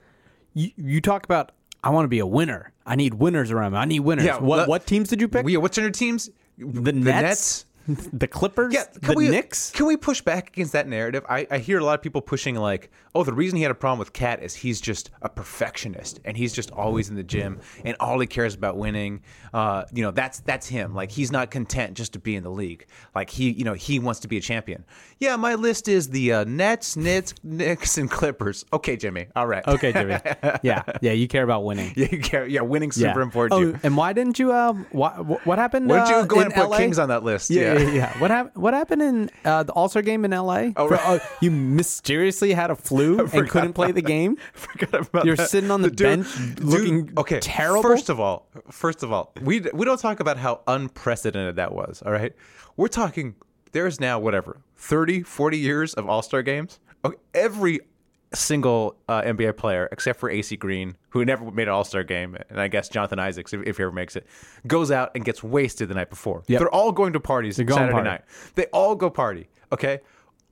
You, you talk about I want to be a winner. I need winners around me. I need winners. Yeah, what let- what teams did you pick? we, uh, what's in your teams? the, Nets, the Clippers, Yeah, the we, Knicks. Can we push back against that narrative? I, I hear a lot of people pushing like, oh, the reason he had a problem with Cat is he's just a perfectionist and he's just always in the gym and all he cares about winning. Uh, you know, that's that's him. Like he's not content just to be in the league. Like he, you know, he wants to be a champion. Yeah, my list is the uh, Nets, Knicks, Knicks, and Clippers. Okay, Jimmy. All right. Okay, Jimmy. yeah, yeah. You care about winning. yeah, you care- yeah, winning's Yeah. super important. Oh, to you. and why didn't you? Uh, why, wh- what happened? Why don't you uh, go in ahead and put LA? Kings on that list? Yeah, yeah, Yeah. yeah. What happened? What happened in uh, the All Star game in L.A.? Oh, right. you mysteriously had a flu and couldn't play the game. forgot about You're that. sitting on the bench looking okay, terrible? First of all, first of all, we we don't talk about how unprecedented that was. All right, we're talking. There's now whatever 30, 40 years of All Star games. Okay, every single uh, NBA player except for AC Green, who never made an All Star game, and I guess Jonathan Isaacs, if, if he ever makes it, goes out and gets wasted the night before. Yep. They're all going to parties going Saturday party. night. They all go party. Okay,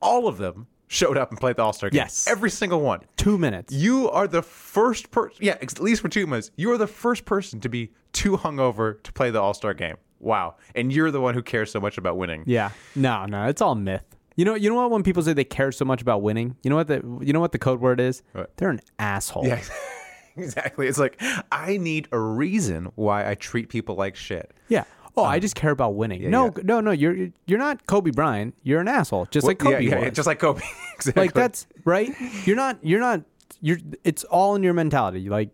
all of them showed up and played the All Star game. Yes. every single one. Two minutes. You are the first person, yeah, at least for two months, you are the first person to be too hungover to play the All Star game. Wow. And you're the one who cares so much about winning. Yeah. No, no, it's all myth. You know, you know what? When people say they care so much about winning, you know what the you know what the code word is? What? They're an asshole. Yeah, exactly. It's like, I need a reason why I treat people like shit. Yeah. Oh, I just care about winning. no, Um, yeah. no, no. You're you're not Kobe Bryant. You're an asshole, just like Well, Kobe yeah, yeah, was. just like Kobe. exactly. like that's right. You're not. You're not. You're. It's all in your mentality. Like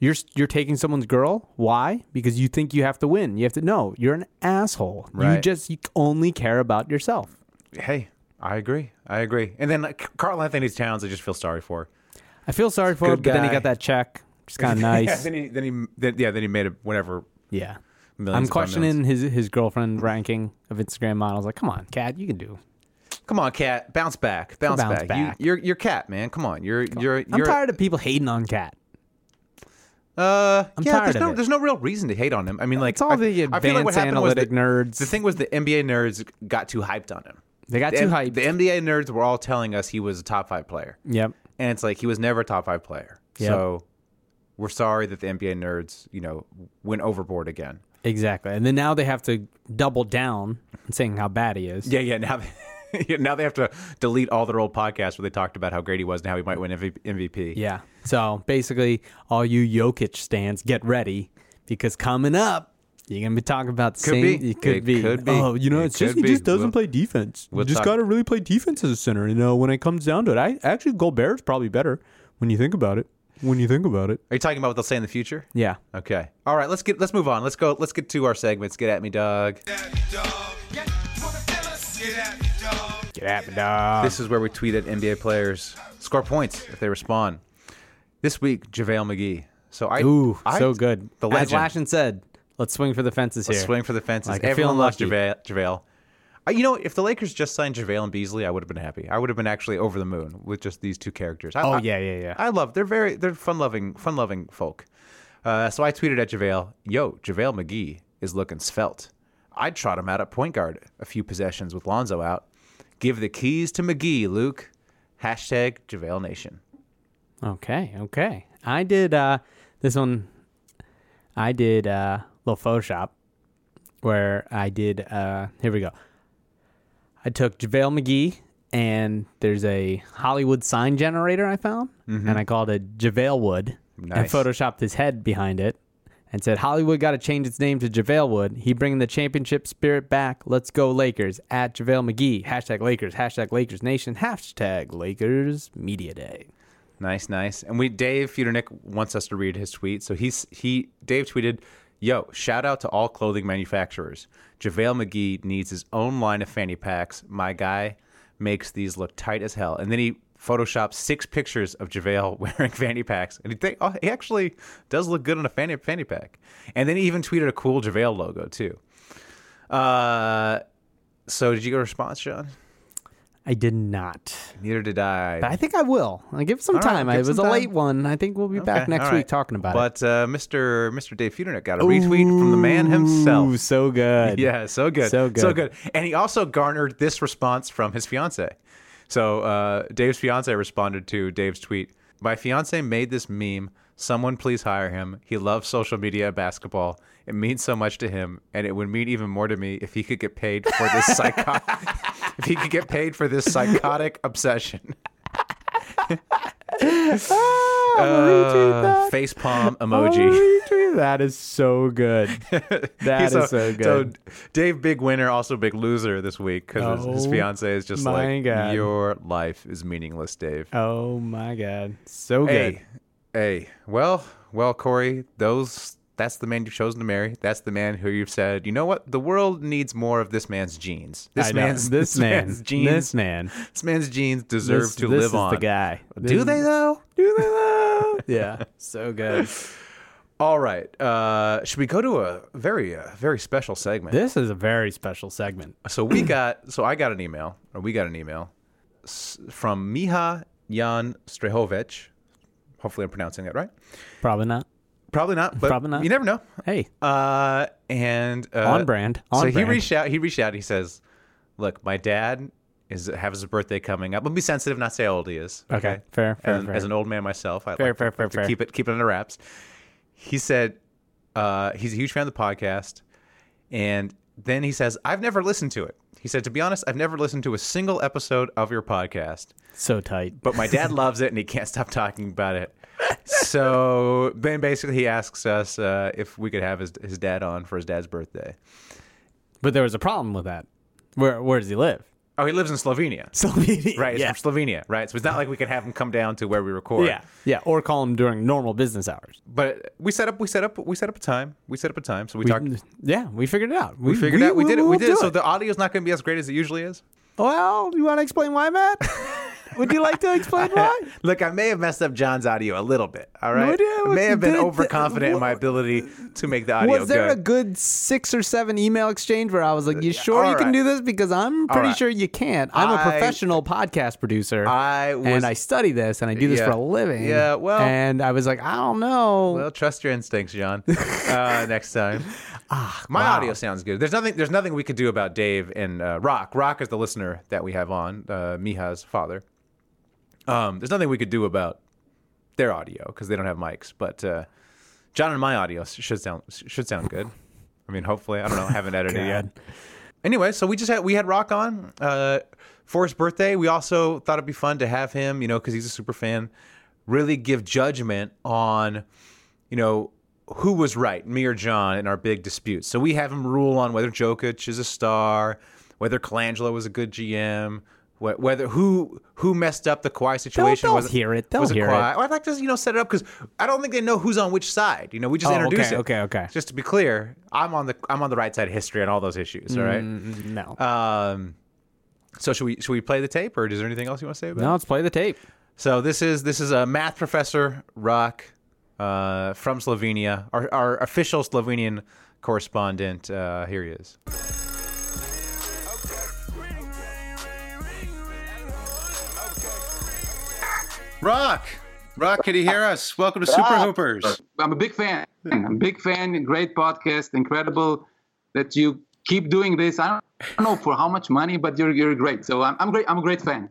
You're s- you're taking someone's girl. Why? Because you think you have to win. You have to. No, you're an asshole. You Right. just you only care about yourself. Hey, I agree. I agree. And then like, Carl Anthony Towns, I just feel sorry for. I feel sorry for Good him, but then he guy. got that check. It's kind of yeah, nice. then he, then he, then, yeah, then he made it whenever. yeah. Millions I'm upon questioning millions. his his girlfriend ranking of Instagram models. Like, come on, Kat, you can do. Come on, cat, bounce back, bounce, Bounce back. back. You, you're you're cat, man. Come on, you're you're. I'm you're, tired of people hating on Kat. Uh, I'm yeah, tired there's of no it. Uh, there's no real reason to hate on him. I mean, like It's all I, the I feel like what advanced happened was analytic the- nerds. The thing was the NBA nerds got too hyped on him. They got The too M- hyped. The NBA nerds were all telling us he was a top five player, Yep. and it's like he was never a top five player. Yep. So we're sorry that the NBA nerds, you know, went overboard again. Exactly. And then now they have to double down and saying how bad he is. Yeah, yeah. Now, they, yeah, now they have to delete all their old podcasts where they talked about how great he was and how he might win MV- MVP. Yeah. So basically, all you Jokic stands, get ready because coming up, you're gonna be talking about the Could same. be. It could It be. could be. Oh, you know, It it's just could he just be. doesn't We'll- play defense. we'll you just talk- gotta really play defense as a center. You know, when it comes down to it, I actually Goldbert's probably better when you think about it. When you think about it. Are you talking about what they'll say in the future? Yeah. Okay. All right. Let's get. Let's move on. Let's go. Let's get to our segments. Get at me, Doug. Get at me, dog. This is where we tweet at NBA players, score points if they respond. This week, JaVale McGee. So I Ooh, I- so good. The As legend. Lashin said, let's swing for the fences Let's here. swing for the fences. Like, I'm Everyone feeling loves lucky. JaVale. JaVale. Uh, you know, if the Lakers just signed JaVale and Beasley, I would have been happy. I would have been actually over the moon with just these two characters. I, Oh, I- yeah, yeah, yeah. I love. They're very. They're fun loving. Fun loving folk. Uh, so I tweeted at JaVale, "Yo, JaVale McGee is looking svelte. I trot him out at point guard a few possessions with Lonzo out. Give the keys to McGee, Luke. Hashtag JaVale Nation. Okay, okay. I did uh this one I did uh little Photoshop where I did uh here we go. I took JaVale McGee and there's a Hollywood sign generator I found and I called it JaVale Wood and Nice. photoshopped his head behind it and said Hollywood got to change its name to JaVale Wood. He bringing the championship spirit back. Let's go Lakers at JaVale McGee. Hashtag Lakers. Hashtag Lakers Nation. Hashtag Lakers Media Day. Nice, nice. And we Dave Futernick wants us to read his tweet. So he's he Dave tweeted, "Yo, shout out to all clothing manufacturers. JaVale McGee needs his own line of fanny packs. My guy makes these look tight as hell." And then he photoshopped six pictures of JaVale wearing fanny packs, and he, think, oh, he actually does look good on a fanny fanny pack. And then he even tweeted a cool JaVale logo too. Uh, so did you get a response, Sean? I did not. Neither did But I think I will. I'll give it some All right, time. give it it was a some late time. one. I think we'll be back Okay, next all week right. talking about it. but uh, Mr. Mr. Dave Futernick got a retweet from the man himself. Ooh, so good. Yeah, so good, So good. so good. And he also garnered this response from his fiance. So uh, Dave's fiance responded to Dave's tweet. My fiance made this meme. Someone please hire him. He loves social media and basketball. It means so much to him, and it would mean even more to me if he could get paid for this psychotic. if he could get paid for this psychotic obsession. Ah, Uh, face palm emoji. that is so good. That is He's a- so good. So Dave, big winner, also big loser this week because his, his Oh, fiance is just my like, God. your life is meaningless, Dave. oh my god, so good. hey, hey, well, well, Corey, those that's the man you've chosen to marry. That's the man who you've said, you know what, the world needs more of this man's genes. This I know. man's this, man, man's genes. this man, this man's genes deserve This- to this live is on. the guy. Do they though? Do they though? Yeah, so good. All right. Uh, should we go to a very, uh, very special segment? This is a very special segment. So we got, so I got an email, or we got an email s- from Miha Jan Strehovich. Hopefully, I'm pronouncing that right. Probably not. Probably not, but Probably not. You never know. Hey, Uh, and uh, On brand, on so brand. he reached out. He reached out. He says, "Look, my dad is has his birthday coming up. But be sensitive, not say how old he is. Okay. Fair, fair, As, fair. as an old man myself, I Fair, like, fair, like fair, to fair. keep it keep it under wraps." He said, uh, "He's a huge fan of the podcast." And then he says, I've never listened to it. He said, To be honest, I've never listened to a single episode of your podcast, so tight. but my dad loves it and he can't stop talking about it. So then basically he asks us uh, if we could have his, his dad on for his dad's birthday. But there was a problem with that. Where Where does he live? Oh, he lives in Slovenia. Slovenia. Right, he's Yeah. from Slovenia, right? So it's not like we could have him come down to where we record. yeah. Yeah. Or call him during normal business hours. But we set up we set up we set up a time. We set up a time. So we, We- talked yeah. We figured it out. we figured out we did it. We will did it. do So the audio's not gonna be as great as it usually is. well, you want to explain why, Matt? Would you like to explain why? Look, I may have messed up John's audio a little bit. All No, right, it- it I may have been did- overconfident in my ability to make the audio Was there good. a good six or seven email exchange where I was like, "You sure all you can right. do this?" Because I'm pretty right. sure you can't. I'm a I- professional podcast producer. I was- and I study this and I do this Yeah. for a living. Yeah, well- and I was like, I don't know. Well, trust your instincts, John. Uh, next time, my audio sounds good. There's nothing. There's nothing we could do about Dave and uh, Rock. Rock is the listener that we have on, uh, Miha's father. Um, there's nothing we could do about their audio because they don't have mics. But uh, John and my audio s- should sound should sound good. I mean, hopefully, I don't know. I haven't edited it yet. Anyway, so we just had we had Rock on uh, for his birthday. We also thought it'd be fun to have him, you know, because he's a super fan. Really give judgment on, you know, who was right, me or John, in our big disputes. So we have him rule on whether Jokic is a star, whether Colangelo was a good GM, wh- whether who who messed up the Kawhi situation. they'll was hear it. They'll was hear it. Kawhi. I'd like to you know set it up because I don't think they know who's on which side. You know, we just Oh, introduce okay, it. okay, okay. Just to be clear, I'm on the I'm on the right side of history on all those issues. All right. Mm. no, Um, so should we should we play the tape, or is there anything else you want to say about? no. it? Let's play the tape. So this is this is a math professor Rock uh, from Slovenia, our our official Slovenian correspondent. Uh, here he is. Rock, Rock, can you hear us? Welcome to Super Hoopers. I'm a big fan. I'm a big fan. Great podcast. Incredible that you keep doing this. I don't, I don't know for how much money, but you're you're great. So I'm I'm great. I'm a great fan.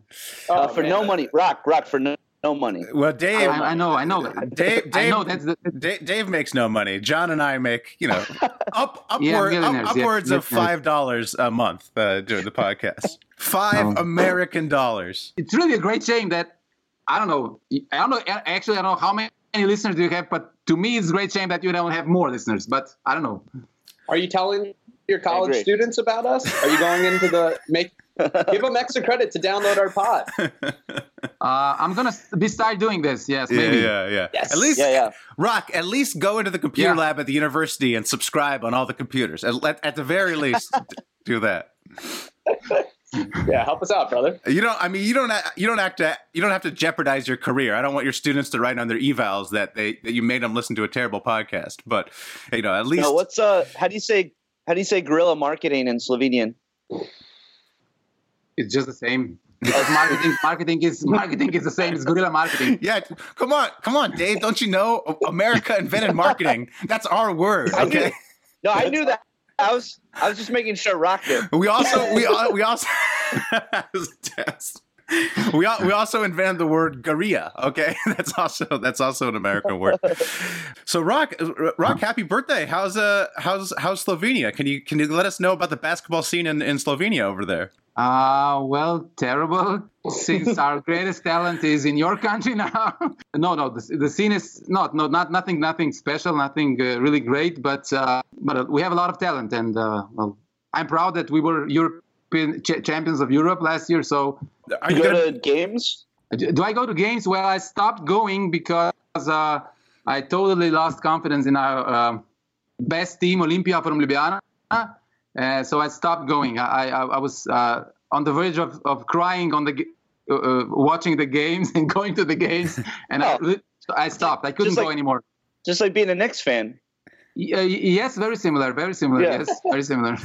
Uh, for no money, rock, rock for no, no money. Well, Dave, I, I know. I know. Dave, Dave, I know that's the. Da- Dave makes no money. John and I make, you know, up Yeah, upward, millionaires, up, yeah, upwards of millionaires. five dollars a month uh, doing the podcast. Oh. Five American dollars. It's really a great shame that I don't know. I don't know. Actually, I don't know how many listeners do you have, but to me, it's a great shame that you don't have more listeners. But I don't know. Are you telling your college agree. students about us? Are you going into the make? Give them extra credit to download our pod. Uh, I'm gonna s- be start doing this. Yes, Yeah, maybe. yeah, yeah. Yes. At least, Yeah, yeah. Rock, at least go into the computer Yeah. lab at the university and subscribe on all the computers. At, at, at the very least, d- do that. Yeah, help us out, brother. You don't. I mean, you don't. a- You don't have to. You don't have to jeopardize your career. I don't want your students to write on their evals that they that you made them listen to a terrible podcast. But you know, at least No, what's uh? How do you say? How do you say guerrilla marketing in Slovenian? It's just the same. Because marketing, marketing is marketing is the same. It's guerrilla marketing. Yeah, come on, come on, Dave. Don't you know A- America invented marketing? That's our word. I knew- Okay. No, I knew that. I was I was just making sure rock did. We also we al- we also that was a test. We al- we also invented the word guerrilla. Okay, that's also that's also an American word. So rock rock, happy birthday. How's uh how's how's Slovenia? Can you can you let us know about the basketball scene in, in Slovenia over there? Uh, well, terrible, since our greatest talent is in your country now. no, no, the, the scene is not, no, not nothing, nothing special, nothing uh, really great, but uh, but we have a lot of talent, and uh, well, I'm proud that we were European ch- champions of Europe last year. So, Are You you gonna go to games? do do I go to games? Well, I stopped going because uh, I totally lost confidence in our um best team, Olympia from Ljubljana. Uh, so I stopped going. I I, I was uh, on the verge of, of crying on the g- uh, uh, watching the games and going to the games, and I, Oh. I stopped. I couldn't Just like- go anymore. Just like being a Knicks fan. Y- uh, y- yes, very similar. Very similar. Yeah. Yes, very similar.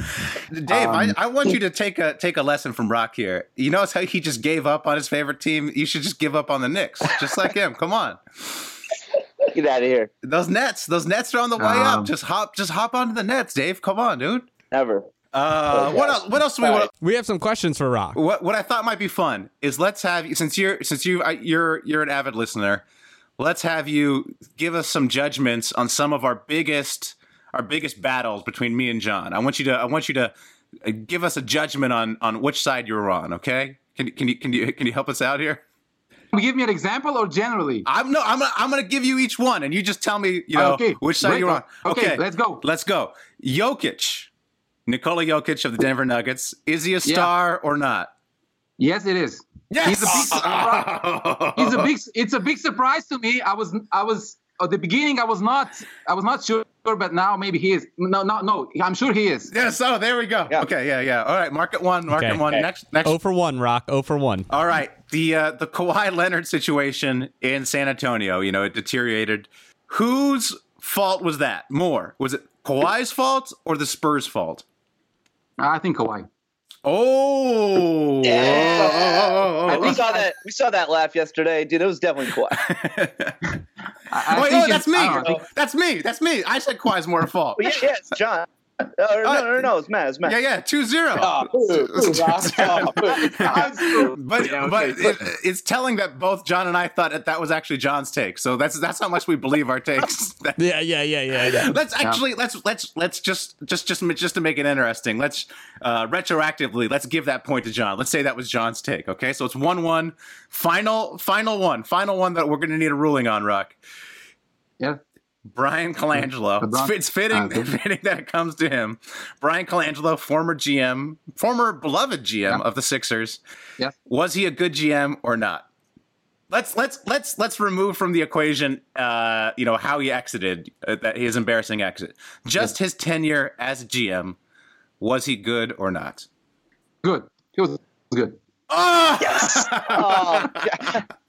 Dave, I, I want you to take a take a lesson from Rock here. You notice how he just gave up on his favorite team. You should just give up on the Knicks, just like him. Come on, Get out of here. those Nets, those Nets are on the way Um, up. Just hop, just hop onto the Nets, Dave. Come on, dude. Never. Uh, Okay. what else? What else do we want? We have some questions for Rock. What what I thought might be fun is let's have you since you're since you I- you're you're an avid listener. Let's have you give us some judgments on some of our biggest our biggest battles between me and John. I want you to I want you to uh, give us a judgment on on which side you were on. Okay? Can you- can you can you can you help us out here? Give me an example or generally. I'm no I'm gonna, I'm gonna give you each one and you just tell me you know Okay, which side break you're on. up. Okay, let's go. Let's go. Jokic, Nikola Jokic of the Denver Nuggets. Is he a Yeah. star or not? Yes, it is. Yes! He's a big surprise. Uh, He's a big, it's a big surprise to me. I was, I was at the beginning. I was not, I was not sure, but now maybe he is. No, no, no. I'm sure he is. Yes. Oh, there we go. Okay. Yeah. Yeah. All right. Market one. Market Okay. one. Next. Next. O Oh for one, Rock. O for one. All right. The uh, the Kawhi Leonard situation in San Antonio. You know, it deteriorated. Whose fault was that? More was it Kawhi's fault or the Spurs' fault? I think Kawhi. Oh. Yeah. And we saw that. We saw that laugh yesterday, dude. It was definitely Kawhi. I Wait, think oh, that's it's- me. I don't know. That's me. That's me. I said Kawhi's more at fault. But yeah, yeah, it's John. Uh, no, no, no, no, it's Matt. It's Matt. Yeah, yeah, 2 0. Oh, boo, uh, boo, Ross. Oh, boo. But, but it, it's telling that both John and I thought that that was actually John's take. So that's that's how much we believe our takes. Yeah, yeah, yeah, yeah, yeah. let's actually let's let's let's just just just just to make it interesting. Let's uh, retroactively let's give that point to John. Let's say that was John's take. Okay, so it's one one final final one final one that we're going to need a ruling on. Rock. Yeah. Brian Colangelo. The It's, Bron- it's fitting, Ah, okay. fitting that it comes to him. Brian Colangelo, former GM, former beloved GM of the Sixers. Yeah. Was he a good GM or not? Let's let's let's let's remove from the equation, uh, you know, how he exited uh, that his embarrassing exit. Just his tenure as GM, was he good or not? Good. He was good. Oh, Yes. Oh,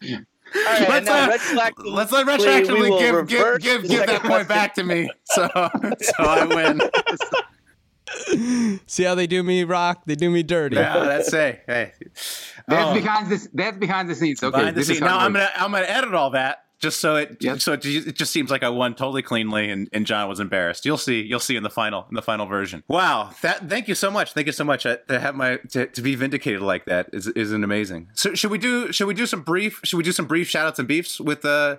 yeah. All right, let's, now, uh, retroactively- let's let we retroactively will give give reverse give, the give second that point question. back to me. So so I win. See how they do me, Rock? They do me dirty. Yeah, that's say. Hey, That's Oh. behind this. That's behind the scenes. Okay. behind the this is scenes. how Now it I'm works. gonna I'm gonna edit all that just so it Yeah. so it, it just seems like I won totally cleanly and, and John was embarrassed. You'll see you'll see in the final in the final version. Wow, that thank you so much. Thank you so much I, to have my to, to be vindicated like that is isn't amazing. So should we do should we do some brief should we do some brief shout outs and beefs with uh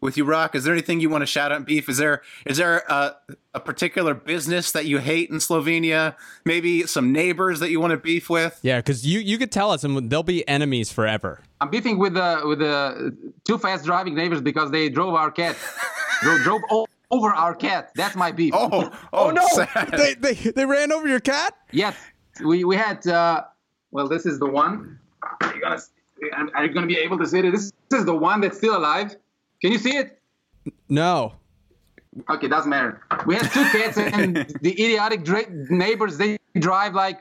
with you rock is there anything you want to shout out and beef is there is there a, a particular business that you hate in slovenia maybe some neighbors that you want to beef with Yeah, because you you could tell us, and they'll be enemies forever. I'm beefing with the with the too fast driving neighbors because they drove our cat. drove, drove o- over our cat. That's my beef. oh oh, no sad. They, they they ran over your cat. Yes, we we had. Uh, well, this is the one. Are you gonna are you gonna be able to see it? This, this is the one that's still alive. Can you see it? No. Okay, doesn't matter. We had two cats, and the idiotic dra- neighbors they drive like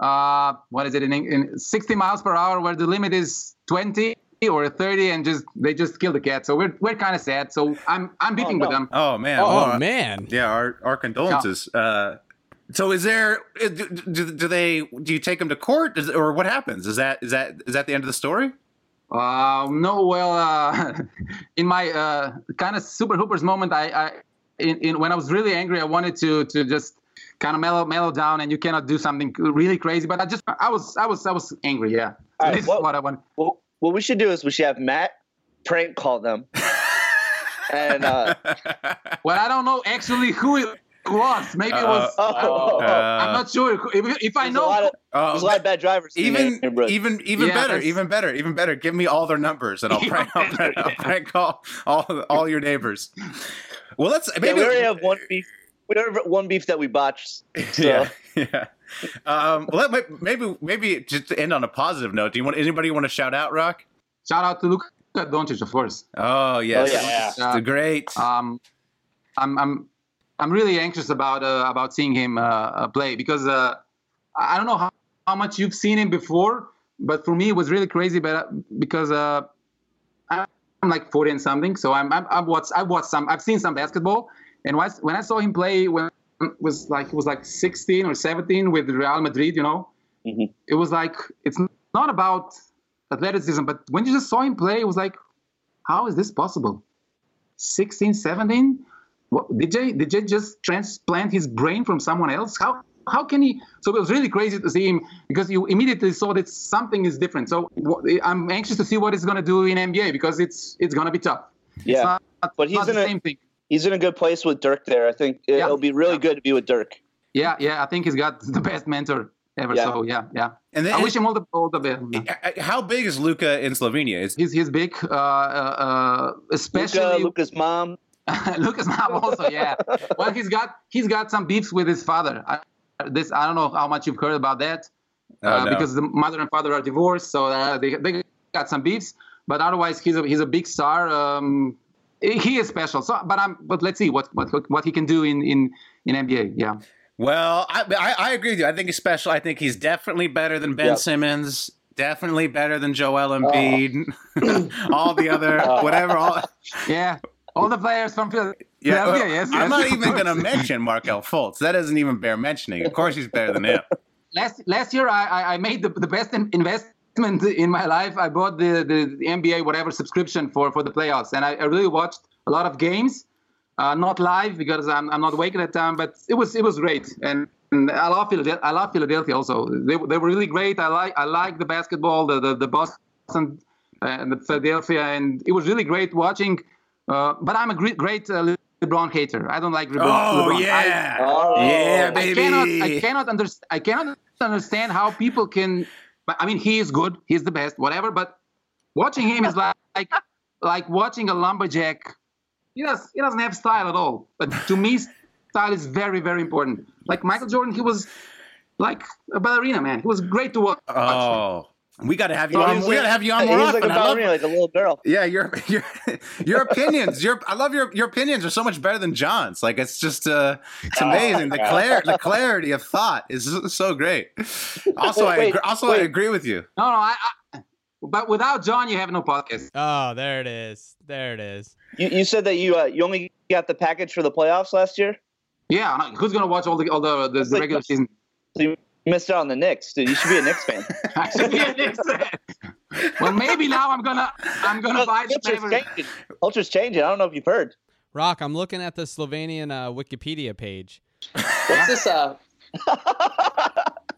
uh, what is it in, in 60 miles per hour, where the limit is 20 or 30, and just they just kill the cat. So we're we're kind of sad. So I'm I'm beefing with them. oh man Oh, Uh, Well, man. yeah our our condolences uh so is there eh, do, do, do they do you take them to court Does, or what happens is that is that is that the end of the story Uh, no, well, uh, in my uh, kind of super hoopers moment, I, I in, in when I was really angry, I wanted to to just kind of mellow mellow down, and you cannot do something really crazy. But I just I was I was I was angry. Yeah, All right, this well- is what I want. Well, what we should do is we should have Matt prank call them. and uh, Well, I don't know actually who it was. Maybe it was. oh, Uh, oh, oh. Uh, I'm not sure. who- If, if I there's, a lot know, of, there's a lot of bad drivers. in even the neighborhood. oh, even even Yeah, better that's- even better even better give me all their numbers and i'll prank, I'll prank, I'll prank call all all your neighbors well let's yeah, maybe we already have one beef. We already have one beef that we botched. So. yeah yeah um well that might, maybe maybe just to end on a positive note do you want anybody want to shout out rock shout out to Luka Doncic, of course. oh yes yeah. Yeah. the great Um, I'm I'm I'm really anxious about uh, about seeing him uh, uh, play because uh, I I don't know how, how much you've seen him before, but for me it was really crazy. But because uh, I'm like 40 and something, so I'm, I'm I've watched I've watched some I've seen some basketball, and when I, when I saw him play when it was like he was like 16 or 17 with Real Madrid, you know, Mhm. it was like it's not about athleticism, but when you just saw him play, it was like, how is this possible? 16, 17? What, did Jay did Jay just transplant his brain from someone else? How how can he? So it was really crazy to see him because you immediately saw that something is different. So wha- I'm anxious to see what he's going to do in NBA because it's it's going to be tough. Yeah. It's not, But he's not the in a- same thing. He's in a good place with Dirk there. I think it, Yeah. will be really Yeah. good to be with Dirk. Yeah, yeah. I think he's got the best mentor ever. Yeah. So yeah, yeah. and then I wish him all the all the best. man. I- I- How big is Luca in Slovenia? Is He's he's big, uh, uh, uh, Luca, especially Luca's mom. Lucas mom also, yeah. Well, he's got he's got some beefs with his father. I, this I don't know how much you've heard about that. Oh, uh, no. because the mother and father are divorced, so uh, they they got some beefs. But otherwise, he's a he's a big star. Um, he is special. So, but I'm but let's see what what what he can do in in in NBA. Yeah. Well, I, I, I agree with you. I think he's special. I think he's definitely better than Ben Yep. Simmons. Definitely better than Joel Oh. Embiid. all the other Uh, whatever. All yeah. All the players from Phil- yeah. Philadelphia. well, yes, I'm yes. not even going to mention Markel Fultz. That doesn't even bear mentioning. Of course, he's better than him. last last year I, I- I made the, the best in- investment in my life. I bought the, the, the NBA whatever subscription for, for the playoffs, and I, I really watched a lot of games, uh, not live because I'm, I'm not awake at that time. But it was it was great, and, and I love Philadelphia. I love Philadelphia also. They, they were really great. I like I like the basketball, the the, the Boston uh, and the Philadelphia, and it was really great watching. Uh, but I'm a great, great uh, LeBron hater. I don't like LeBron. Oh, LeBron. I- yeah. Oh. Yeah, baby. I cannot, I cannot understand. I cannot understand how people can. but, I mean, he is good. He's the best. Whatever. But watching him is like like, like watching a lumberjack. He does. He doesn't have style at all. But to me, style is very very important. Like Michael Jordan, he was like a ballerina man. He was great to watch. Oh, we got to have you Well, on. he's we got like- to have you on he's more like often. a I love- ballerina, like a little girl. Yeah, your your your opinions. Your I love your your opinions are so much better than John's. Like it's just uh, it's Oh, amazing. the God. clar- the clarity of thought is so great. Also, I Wait, agree, also I wait. agree with you. No, no. I, I, but without John, you have no podcast. Oh, there it is. There it is. You, you said that you uh, you only got the package for the playoffs last year. Yeah, no, who's gonna watch all the all the, the, the regular season? So you missed out on the Knicks, dude. You should be a Knicks fan. I should be a Knicks fan. well, maybe now I'm gonna I'm gonna buy the Culture's favorite. changing. Culture's changing. I don't know if you've heard. Rock, I'm looking at the Slovenian uh, Wikipedia page. What's this? Uh,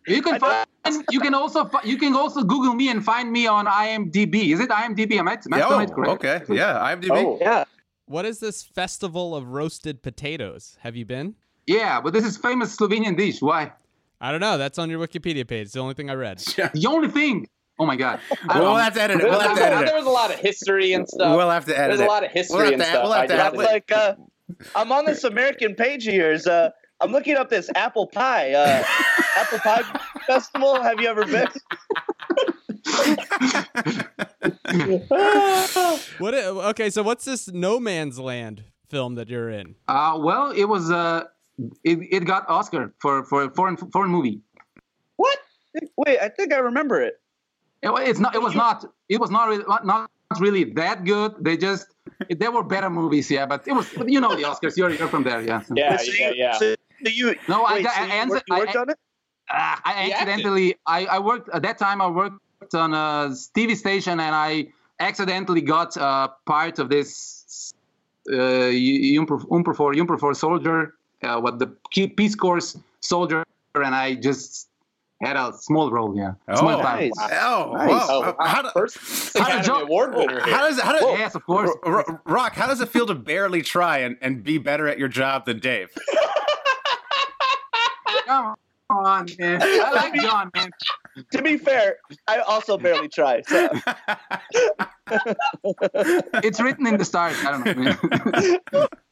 You can find. You can also fi- you can also Google me and find me on IMDb. Is it IMDb? Am I, am I Yeah, pronouncing oh, it correct? Okay, yeah, IMDb. yeah. What is this festival of roasted potatoes? Have you been? Yeah, but this is famous Slovenian dish. Why? I don't know. That's on your Wikipedia page. It's the only thing I read. the only thing. Oh my god. I We'll don't- have to edit it. We'll have to edit there it. was a lot of history and stuff. We'll have to edit There's a it. lot of We'll history have and to- stuff. we'll have I to just- That's like uh, I'm on this American page of yours. Uh, I'm looking up this apple pie. Uh, apple pie festival. Have you ever been? What? i- Okay, so what's this No Man's Land film that you're in? Uh, well, it was uh, it, it got Oscar for for a foreign foreign movie. What? Wait, I think I remember it. It, wa- it's not. It was not. It was not really not, not really that good. They just there were better movies, yeah. But it was but you know the Oscars. You're you're from there, yeah. Yeah, So you- yeah, yeah. so you, no, I, wait, I, so you I, worked- you worked I, on it? Ah, I You acted. accidentally. I, I worked at that time. I worked on a TV station, and I accidentally got uh, part of this uh, Umprofor Umprofor soldier, uh, what the P- Peace Corps soldier, and I just had a small role. Yeah, small time. Oh, wow. How, do- how do- How does how does yes, of course. R- R- Rock? How does it feel to barely try and, and be better at your job than Dave? Come on, man. I like John, man. To be fair, I also barely try. So. It's written in the stars. I don't know. man.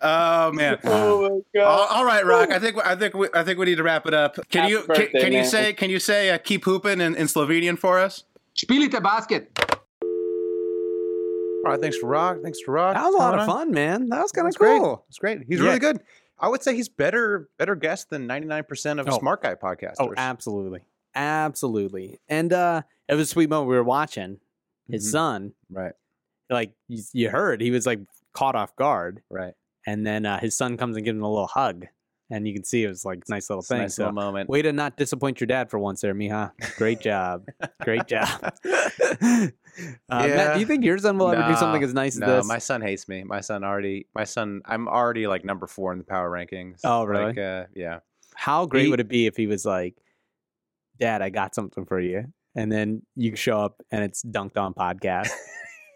Oh man! Oh my god! all right, Rock. I think I think we, I think we need to wrap it up. Can Happy you can, birthday, can you man. say can you say uh, keep hooping in, in Slovenian for us? Spilite basket. All right, thanks to Rock. Thanks to Rock. That was a lot of Coming on. fun, man. That was kind of great. cool. It's great. He's Yeah. really good. I would say he's better better guest than 99% of Oh. smart guy podcasters. Oh, absolutely. Absolutely. And uh it was a sweet moment. We were watching his Mm-hmm. son. Right. Like you, you heard, he was like caught off guard. Right. And then uh, his son comes and gives him a little hug. And you can see it was like a nice little a thing. nice little moment. Way to not disappoint your dad for once there, Miha. Great job. Great job. Uh, Matt, do you think your son will ever do something as nice no, as this? my son hates me. My son already. My son. I'm already like number four in the power rankings. Oh, really? Like, uh, yeah. How great He- would it be if he was like, Dad, I got something for you. And then you show up and it's dunked on podcast.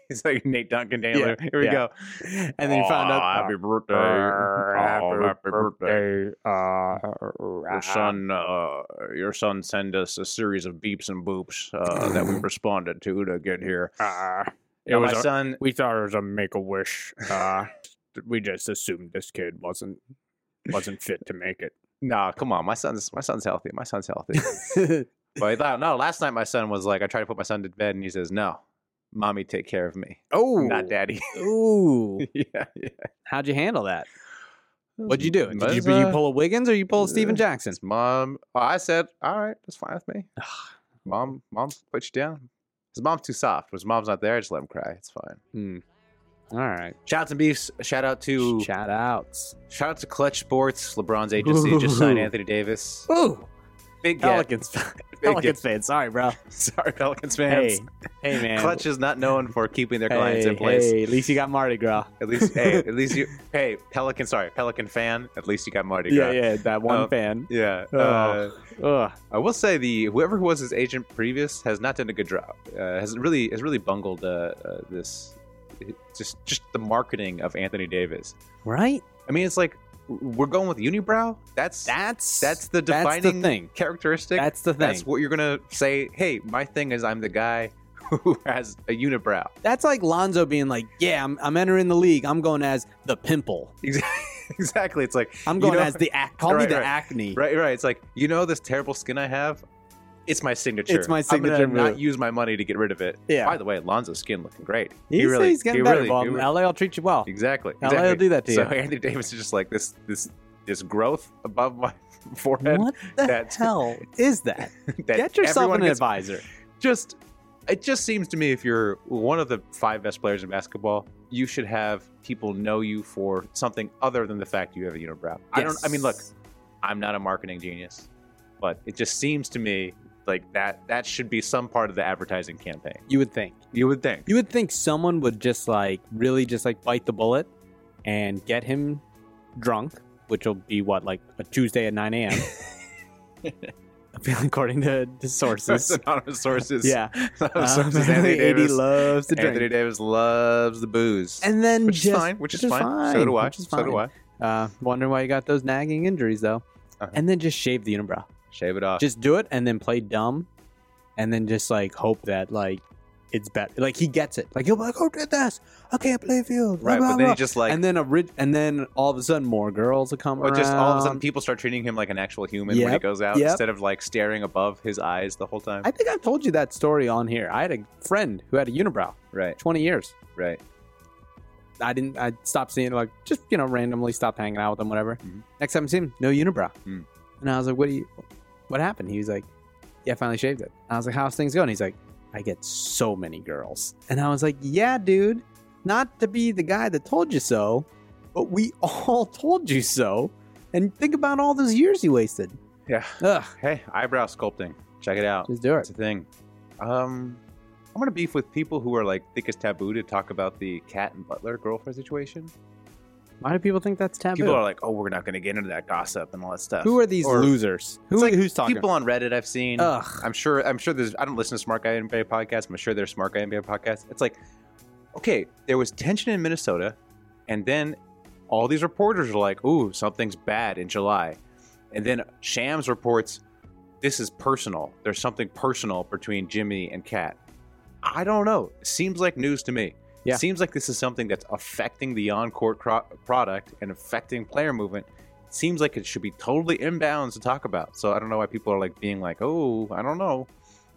He's like Nate Duncan Yeah, Taylor. Here we yeah. go. And then you found out. Aw, happy "Oh, birthday. uh, Aw, happy birthday. Uh, Your son, uh, your son, sent us a series of beeps and boops uh, that we responded to to get here. Uh, it was my son. We thought it was a make a wish. Uh, we just assumed this kid wasn't wasn't fit to make it. Nah, come on, my son's my son's healthy. My son's healthy. But I thought, no, last night my son was like, I tried to put my son to bed, and he says, no, mommy, take care of me. Oh, Not daddy. Ooh. yeah, yeah. How'd you handle that? What'd you do? Did Might you, as you well. pull a Wiggins or you pull a Steven Jackson? Mom, I said, all right, that's fine with me. mom, mom, put you down. His mom's too soft. When his mom's not there, I just let him cry. It's fine. Hmm. All right. Shouts and beefs. Shout out to shout outs. Shout out to Clutch Sports, LeBron's agency. Just signed Ooh. Anthony Davis. Ooh. Big get. Pelicans. Pelicans fan. Sorry, bro. Sorry, Pelicans fans. Hey, hey man. Clutch is not known for keeping their clients hey, in place. Hey, at least you got Mardi Gras. At least, hey, at least you, hey, Pelican, sorry, Pelican fan. At least you got Mardi Yeah, Gras. yeah, that one Um, fan. Yeah. Oh, uh, I will say the whoever was his agent previous has not done a good job. Uh, has really has really bungled uh, uh, this, just just the marketing of Anthony Davis. Right? I mean, it's like we're going with unibrow. That's that's that's the that's the defining thing. characteristic. That's the That's thing. what you're gonna say. Hey, my thing is I'm the guy who has a unibrow. That's like Lonzo being like, yeah, I'm, I'm entering the league. I'm going as the pimple. Exactly. It's like I'm you going know- as the ac- call me Right, the right. acne. Right, right. It's like you know this terrible skin I have. It's my signature. It's my I'm signature gonna not move. use my money to get rid of it. Yeah. By the way, Lonzo's skin looking great. He's, he's getting better. Bob. he- LA will treat you well. exactly. LA will exactly. do that to So you. Andy Davis is just like this, this, this growth above my forehead. What the that, hell is that? that Get yourself everyone an gets- advisor. Just, it just seems to me if you're one of the five best players in basketball, you should have people know you for something other than the fact you have a unibrow. I don't. I mean, look, I'm not a marketing genius, but it just seems to me like that that should be some part of the advertising campaign. You would think. You would think. You would think someone would just like really just like bite the bullet and get him drunk, which will be what like a Tuesday at 9 a.m. According to, to sources, anonymous sources. Yeah, Anonymous Um, sources. Uh, Anthony AD Davis loves to Anthony drink. Davis loves the booze. and then which just- is fine. Which is fine. So do I. which is So do I. Uh-huh. fine. Uh, wondering why you got those nagging injuries though, and then just shave the unibrow. Shave it off. Just do it, and then play dumb, and then just like hope that like it's better. Like he gets it. Like he'll be like, "Oh, did this? I can't play field." blah, Right, blah, but then he blah." just, like- and then a rid- and then all of a sudden more girls will come. Or just all of a sudden around. people start treating him like an actual human when he Yep, goes out yep. instead of like staring above his eyes the whole time. I think I've told you that story on here. I had a friend who had a unibrow. Right. Twenty years. Right. I didn't. I stopped seeing like just you know randomly stopped hanging out with him. Whatever. Next time I see him, no unibrow. Mm-hmm. Mm. And I was like, "What do you? What happened?" He was like, "Yeah, I finally shaved it." I was like, "How's things going?" He's like, "I get so many girls," and I was like, "Yeah, dude. Not to be the guy that told you so, but we all told you so. And think about all those years you wasted." Yeah. Ugh. Hey, eyebrow sculpting. Check it out. Just do it. It's a thing. Um, I'm gonna beef with people who are like think it's taboo to talk about the cat and butler girlfriend situation. Why do people think that's taboo? People are like, oh, we're not gonna get into that gossip and all that stuff. Who are these Or- losers? Who, It's like who's talking? People on Reddit I've seen. Ugh. I'm sure. I'm sure there's. I don't listen to Smart Guy NBA podcast. I'm sure there's Smart Guy NBA podcast. It's like, okay, there was tension in Minnesota, and then all these reporters are like, "Ooh, something's bad in July," and then Shams reports, "This is personal. There's something personal between Jimmy and Kat." I don't know. Seems like news to me. Yeah. Seems like this is something that's affecting the on-court cro- product and affecting player movement. Seems like it should be totally inbounds to talk about. So I don't know why people are like being like, "Oh, I don't know."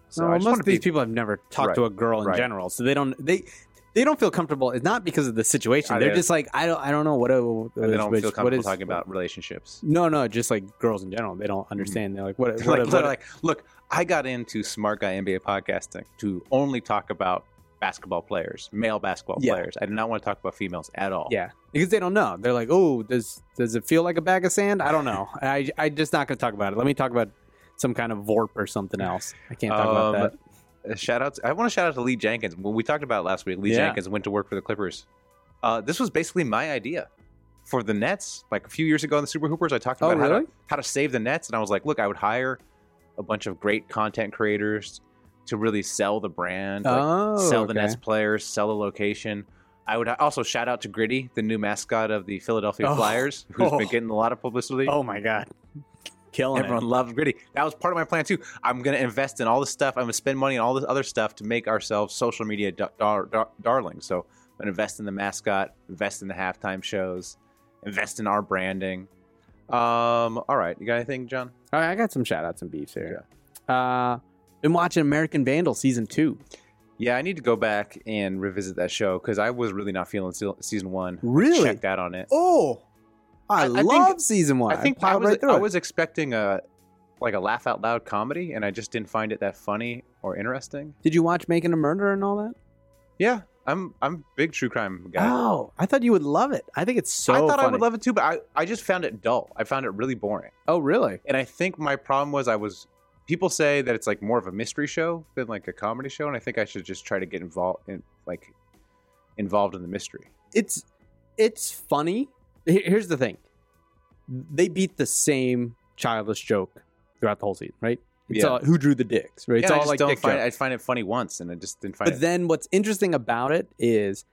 So No, I just most wanna of these be- people have never talked to Right, a girl in right. general, so they don't they they don't feel comfortable. It's not because of the situation. I They're did. just like I don't I don't know what. A, And they don't which- feel what comfortable is- talking about relationships. No, no, just like girls in general, they don't understand. They're like, what? what, like, what- they're like, look, I got into smart guy NBA podcasting to only talk about basketball players, male basketball Yeah. players. I did not want to talk about females at all. yeah, because they don't know. They're like, oh, does does it feel like a bag of sand? I don't know. I I just not gonna talk about it. Let me talk about some kind of vorp or something else. I can't talk about Um, that. that. Uh, Shout out! I want to shout out to Lee Jenkins. When we talked about it last week, Lee Yeah. Jenkins went to work for the Clippers. Uh, this was basically my idea for the Nets. Like a few years ago in the Super Hoopers, I talked Oh, about how, really? to, how to save the Nets, and I was like, look, I would hire a bunch of great content creators to really sell the brand, like, Oh, sell the okay. Nets players, sell the location. I would also shout out to Gritty, the new mascot of the Philadelphia Oh. Flyers, who's Oh. been getting a lot of publicity. Oh my god, killing Everyone it. loved Gritty. That was part of my plan too. I'm gonna invest in all this stuff. I'm gonna spend money on all this other stuff to make ourselves social media dar- dar- dar- darlings. So I'm gonna invest in the mascot, invest in the halftime shows, invest in our branding. Um, all right, you got anything, John? All right, I got some shout outs and beefs here. Uh, been watching American Vandal season two. Yeah, I need to go back and revisit that show because I was really not feeling se- season one. Really? checked out on it. Oh, I, I think- love season one. I think I piled was, right through I it. was expecting a like a laugh out loud comedy, and I just didn't find it that funny or interesting. Did you watch Making a Murderer and all that? Yeah, I'm I'm a big true crime guy. Oh, I thought you would love it. I think it's so. I thought I funny. would love it too, but I, I just found it dull. I found it really boring. Oh, really? And I think my problem was I was people say that it's like more of a mystery show than like a comedy show, and I think I should just try to get involved in like involved in the mystery. it's it's funny. Here- Here's the thing: they beat the same childish joke throughout the whole season, right? It's Yeah. all, who drew the dicks, right? And It's I all just like don't dick find jokes. I find it funny once, and I just didn't find But it. then what's interesting about it is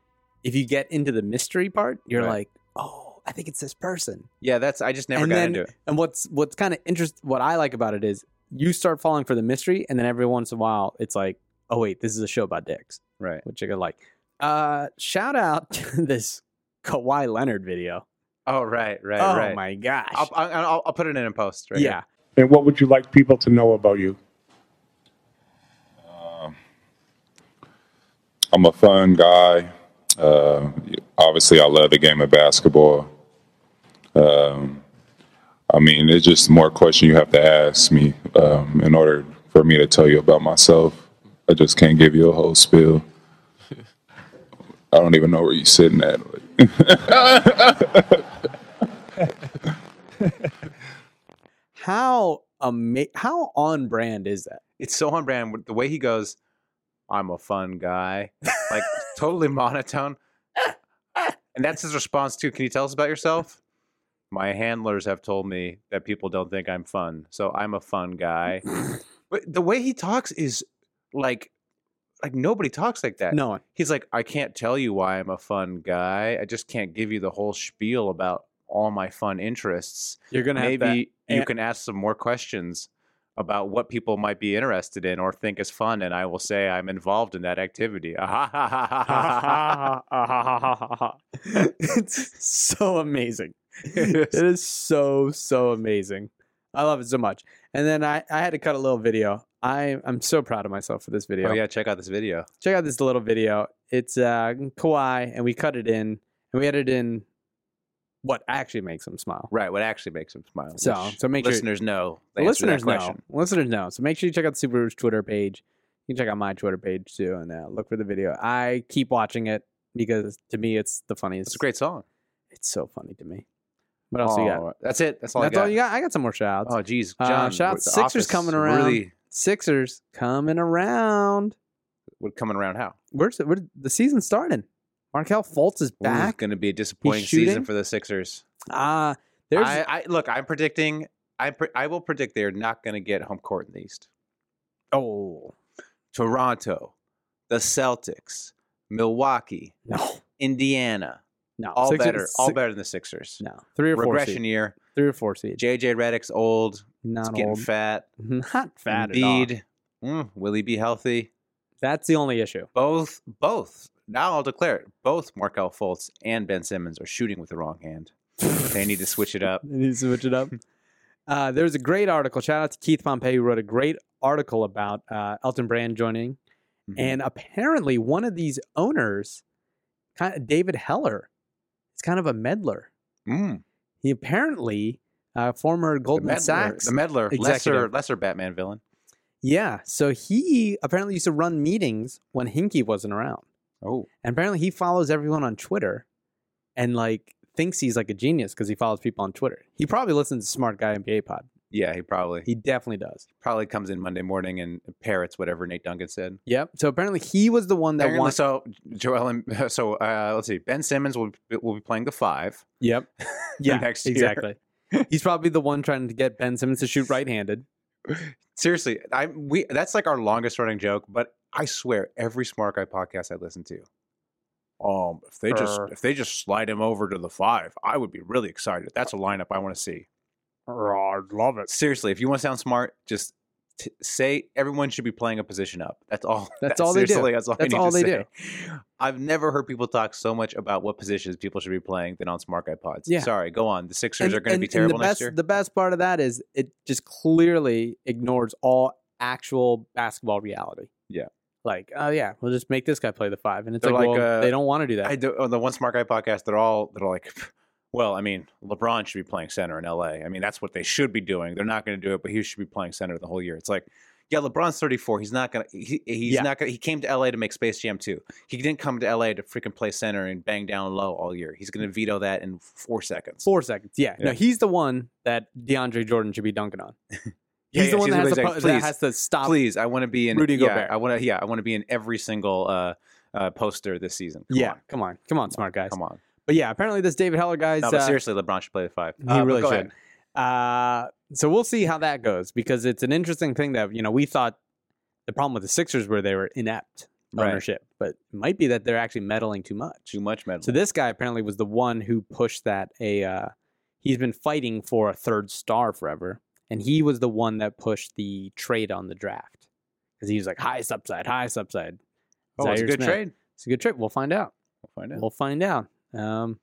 if you get into the mystery part, you're Right. like, oh, I think it's this person. yeah, that's I just never and got then, into it. And what's what's kind of interest what I like about it is you start falling for the mystery, and then every once in a while, it's like, oh wait, this is a show about dicks, right? Which I could like. Uh, shout out to this Kawhi Leonard video. Oh right, right, Oh, right. my gosh! I'll, I'll, I'll put it in a post. Right yeah, And what would you like people to know about you? I'm a fun guy. Uh, obviously, I love the game of basketball. Um, I mean, it's just more question you have to ask me um, in order for me to tell you about myself. I just can't give you a whole spiel. I don't even know where you're sitting at. how ama- how on brand is that? It's so on brand. with The way he goes, I'm a fun guy, like totally monotone. And that's his response to, can you tell us about yourself? My handlers have told me that people don't think I'm fun, so I'm a fun guy. but the way he talks is like, like nobody talks like that. No one. he's like, I can't tell you why I'm a fun guy. I just can't give you the whole spiel about all my fun interests. You're gonna have maybe that- you and- can ask some more questions about what people might be interested in or think is fun, and I will say I'm involved in that activity. it's so amazing. It is so so amazing. I love it so much. And then I, I had to cut a little video. I I'm so proud of myself for this video. Oh yeah, check out this video. Check out this little video. It's uh Kawhi, and we cut it in, and we edited in what actually makes him smile. Right, what actually makes him smile. So- which so make sure- listeners know. the The answer to that listeners know. question. Listeners know. So make sure you check out the Super Roots Twitter page. You can check out my Twitter page too, and uh, look for the video. I keep watching it because to me, it's the funniest. It's a great song. It's so funny to me. What else you Oh, got? That's it. That's all. That's I got. all you got. I got some more shout outs. Oh, geez, Uh, John. shout out with the Sixers office coming around. Really, Sixers coming around. what coming around? How? Where's where, the season starting? Markel Fultz is Ooh, It's back. going to be a disappointing shooting? season for the Sixers. Ah, there's I, I look. I'm predicting. I pre- I will predict they're not going to get home court in the East. Oh, Toronto, the Celtics, Milwaukee, no, Indiana, no, all Sixers- better, all six- better than the Sixers. No, three or four regression seed. year. Three or four seed. JJ Redick's old. Not he's getting old. fat. Not fat at all. Embiid, mm, will he be healthy? That's the only issue. Both, both. Now I'll declare it. Both Markel Fultz and Ben Simmons are shooting with the wrong hand. they need to switch it up. They need to switch it up. Uh, there was a great article. Shout out to Keith Pompey, who wrote a great article about uh, Elton Brand joining. Mm-hmm. And apparently, one of these owners, kind of David Heller, is kind of a meddler. He apparently, uh, former Goldman meddler, Sachs, Mm, the meddler, lesser, executive. lesser Batman villain. Yeah. So he apparently used to run meetings when Hinky wasn't around. Oh. And apparently he follows everyone on Twitter and like thinks he's like a genius because he follows people on Twitter. He probably listens to Smart Guy NBA Pod. Yeah, he probably. He definitely does. Probably comes in Monday morning and parrots whatever Nate Duncan said. Yep. So apparently he was the one that Apparently, won. so Joel and so uh, let's see. Ben Simmons will will be playing the five. Yep. yeah. next year. exactly. he's probably the one trying to get Ben Simmons to shoot right-handed. Seriously, I we that's like our longest running joke. But I swear, every Smart Guy podcast I listen to, um, if they just Err. if they just slide him over to the five, I would be really excited. That's a lineup I want to see. I'd love it. Seriously, if you want to sound smart, just t- say everyone should be playing a position up. That's all. That's all they do. seriously, That's all, I That's need all to they say. I've never heard people talk so much about what positions people should be playing than on Smart Guy pods. Yeah. Sorry, go on. The Sixers And- are going to and- be and the terrible next best- year. The best part of that is it just clearly ignores all actual basketball reality. Yeah. Like, oh yeah, we'll just make this guy play the five, and it's like, well, uh, they don't want to do that. I do, on the One Smart Guy podcast, they're all they're like, well, I mean, LeBron should be playing center in L.A. I mean, that's what they should be doing. They're not going to do it, but he should be playing center the whole year. It's like, yeah, LeBron's 34. He's not gonna. He, he's Yeah. not gonna. He came to L.A. to make Space Jam 2. He didn't come to L.A. to freaking play center and bang down low all year. He's going to veto that in four seconds. Four seconds. Yeah. No, Yeah. he's the one that DeAndre Jordan should be dunking on. He's Yeah, yeah, the one she's that has, to, like, po- that "Please, has to stop. Please, I want to be in Rudy yeah, Gobert. I want to. Yeah, I want to be in every single uh, uh, poster this season. Come yeah. on. Come on. Come on, smart guys. come on. But yeah, apparently this David Heller guy's. no, but uh, seriously, LeBron should play the five. He Uh, but really go should. ahead. Uh, so we'll see how that goes because it's an interesting thing that you know we thought the problem with the Sixers were they were inept Right. ownership, but it might be that they're actually meddling too much. Too much metal. So this guy apparently was the one who pushed that a. Uh, he's been fighting for a third star forever, and he was the one that pushed the trade on the draft because he was like highest upside, highest upside. Oh, it's a Zaire good Smith. trade. It's a good trade. We'll find out. We'll find out. We'll find out. Um,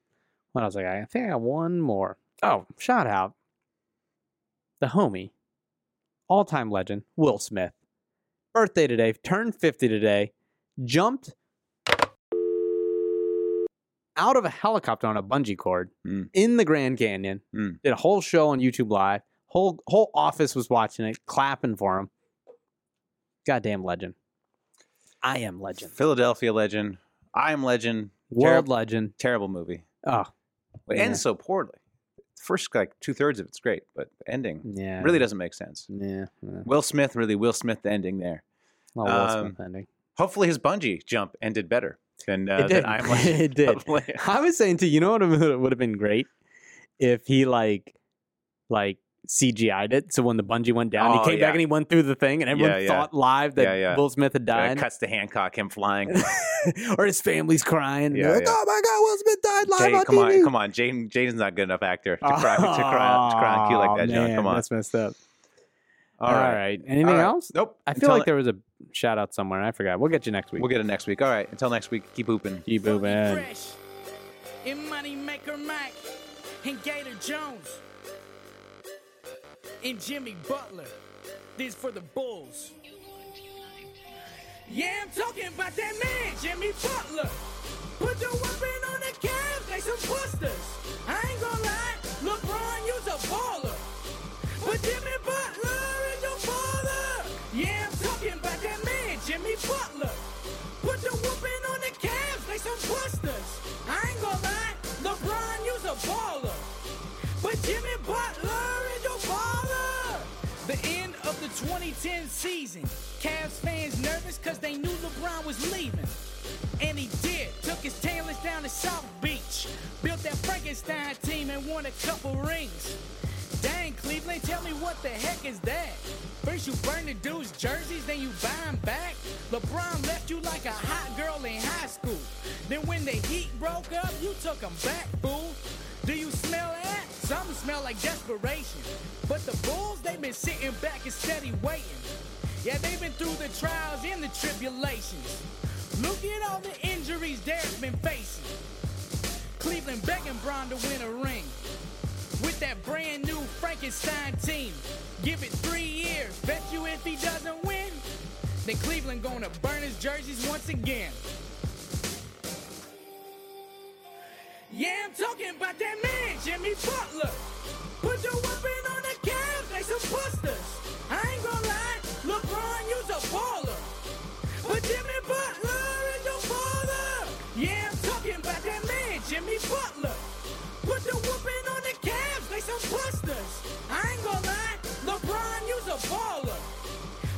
what else? I got? I think I got one more. Oh, shout out the homie, all time legend Will Smith. Birthday today, turned fifty today, jumped out of a helicopter on a bungee cord Hmm. in the Grand Canyon. Did a whole show on YouTube Live. Whole whole office was watching it, clapping for him. Goddamn legend. I am legend. Philadelphia legend. I am legend. World legend. Terrible movie. Oh, It yeah. ends so poorly. The first like two thirds of it's great, but the ending Yeah. really doesn't make sense. Yeah. yeah. Will Smith really Will Smith the ending there. Well, Will Um, Smith ending. Hopefully his bungee jump ended better than uh, it did. than I am legend. it did. I was saying too. You know what would have been great if he like, like CGI'd it. So when the bungee went down, Oh, he came yeah. back and he went through the thing, and everyone Yeah, yeah. thought live that Yeah, yeah. Will Smith had Yeah, it died, cuts to Hancock him flying. or his family's crying. and they're Yeah, like, yeah. Oh my God, Will Smith died live Jay, on come TV. on, come on. Jaden, Jaden's not good enough actor to cry, to cry, to cry on cue like that, Aw, John. Oh, man, Come on. that's messed up. All right. Anything All right. else? Nope. I Until feel like ne- there was a shout out somewhere. and I forgot. We'll get you next week. We'll get it next week. All right. Until next week, keep hooping. Keep hooping. Fresh and Money Maker Mac and Gator Jones and Jimmy Butler. This for the Bulls. Yeah, I'm talking about that man, Jimmy Butler. Put your weapon on the cab, they some busters. I ain't gonna lie, LeBron, you's a baller. But Jimmy Butler is your father. Yeah, I'm talking about that man, Jimmy Butler. Put your whooping on the Cavs, they some busters. I ain't gonna lie, LeBron, you's a baller. But Jimmy Butler is your father. The end of the 2010 season. Cavs fans nervous because they knew LeBron was leaving. And he did. Took his tailors down to South Beach. Built that Frankenstein team and won a couple rings. Dang, Cleveland, tell me what the heck is that? First you burn the dude's jerseys, then you buy 'em back. LeBron left you like a hot girl in high school. Then when the heat broke up, you took 'em back, fool. Do you smell that? Some smell like desperation. But the Bulls, they've been sitting back and steady waiting. Yeah, they've been through the trials and the tribulations. Look at all the injuries Derek's been facing. Cleveland begging Bron to win a ring with that brand new Frankenstein team. Give it three years. Bet you if he doesn't win, then Cleveland gonna burn his jerseys once again. Yeah, I'm talking about that man, Jimmy Butler. Put your weapon on the Cavs, they some busters. I ain't gonna lie, LeBron, you's a baller. But Jimmy Butler is your father. Yeah, I'm talking about that man, Jimmy Butler. Put the whooping on the Cavs, they some busters. I ain't gonna lie, LeBron, you's a baller.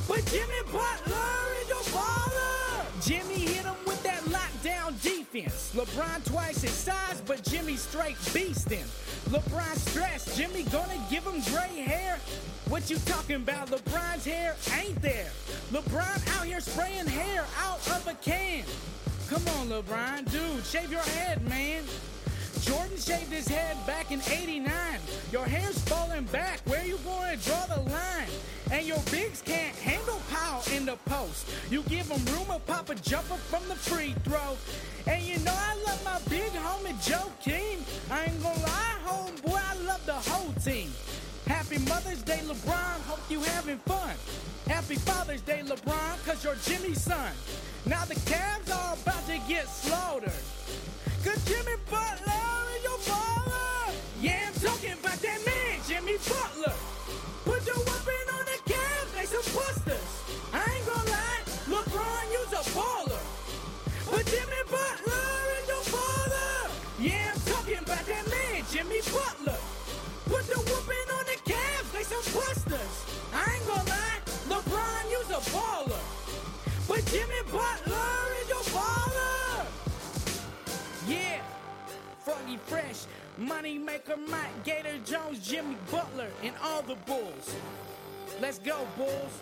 But Jimmy Butler is your baller. Jimmy hit him with that lockdown defense. LeBron twice his size, but Jimmy straight beast him. LeBron stressed, Jimmy gonna give him gray hair. What you talking about? LeBron's hair ain't there. LeBron out here spraying hair out of a can. Come on, LeBron, dude, shave your head, man. Jordan shaved his head back in 89. Your hair's falling back. Where you going to draw the line? And your bigs can't handle Powell in the post. You give him room to pop a jumper from the free throw. And you know I love my big homie Joe King. I ain't gonna lie, homeboy, I love the whole team. Hey, Happy Mother's Day, LeBron. Hope you having fun. Happy Father's Day, LeBron, cause you're Jimmy's son. Now the Cavs are about to get slaughtered. Cause Jimmy Butler is your baller. Yeah, I'm talking about that man, Jimmy Butler. Put your weapon on the Cavs, they some busters. I ain't gonna lie, LeBron, you's a baller. But Jimmy Butler is your father. Yeah, I'm talking about that man, Jimmy Butler. Put the whooping on the Cavs, they some busters. I ain't gonna lie, LeBron, you's a baller. But Jimmy Butler is your baller. Yeah, Froggy Fresh, Money Maker Mike, Gator Jones, Jimmy Butler, and all the Bulls. Let's go, Bulls.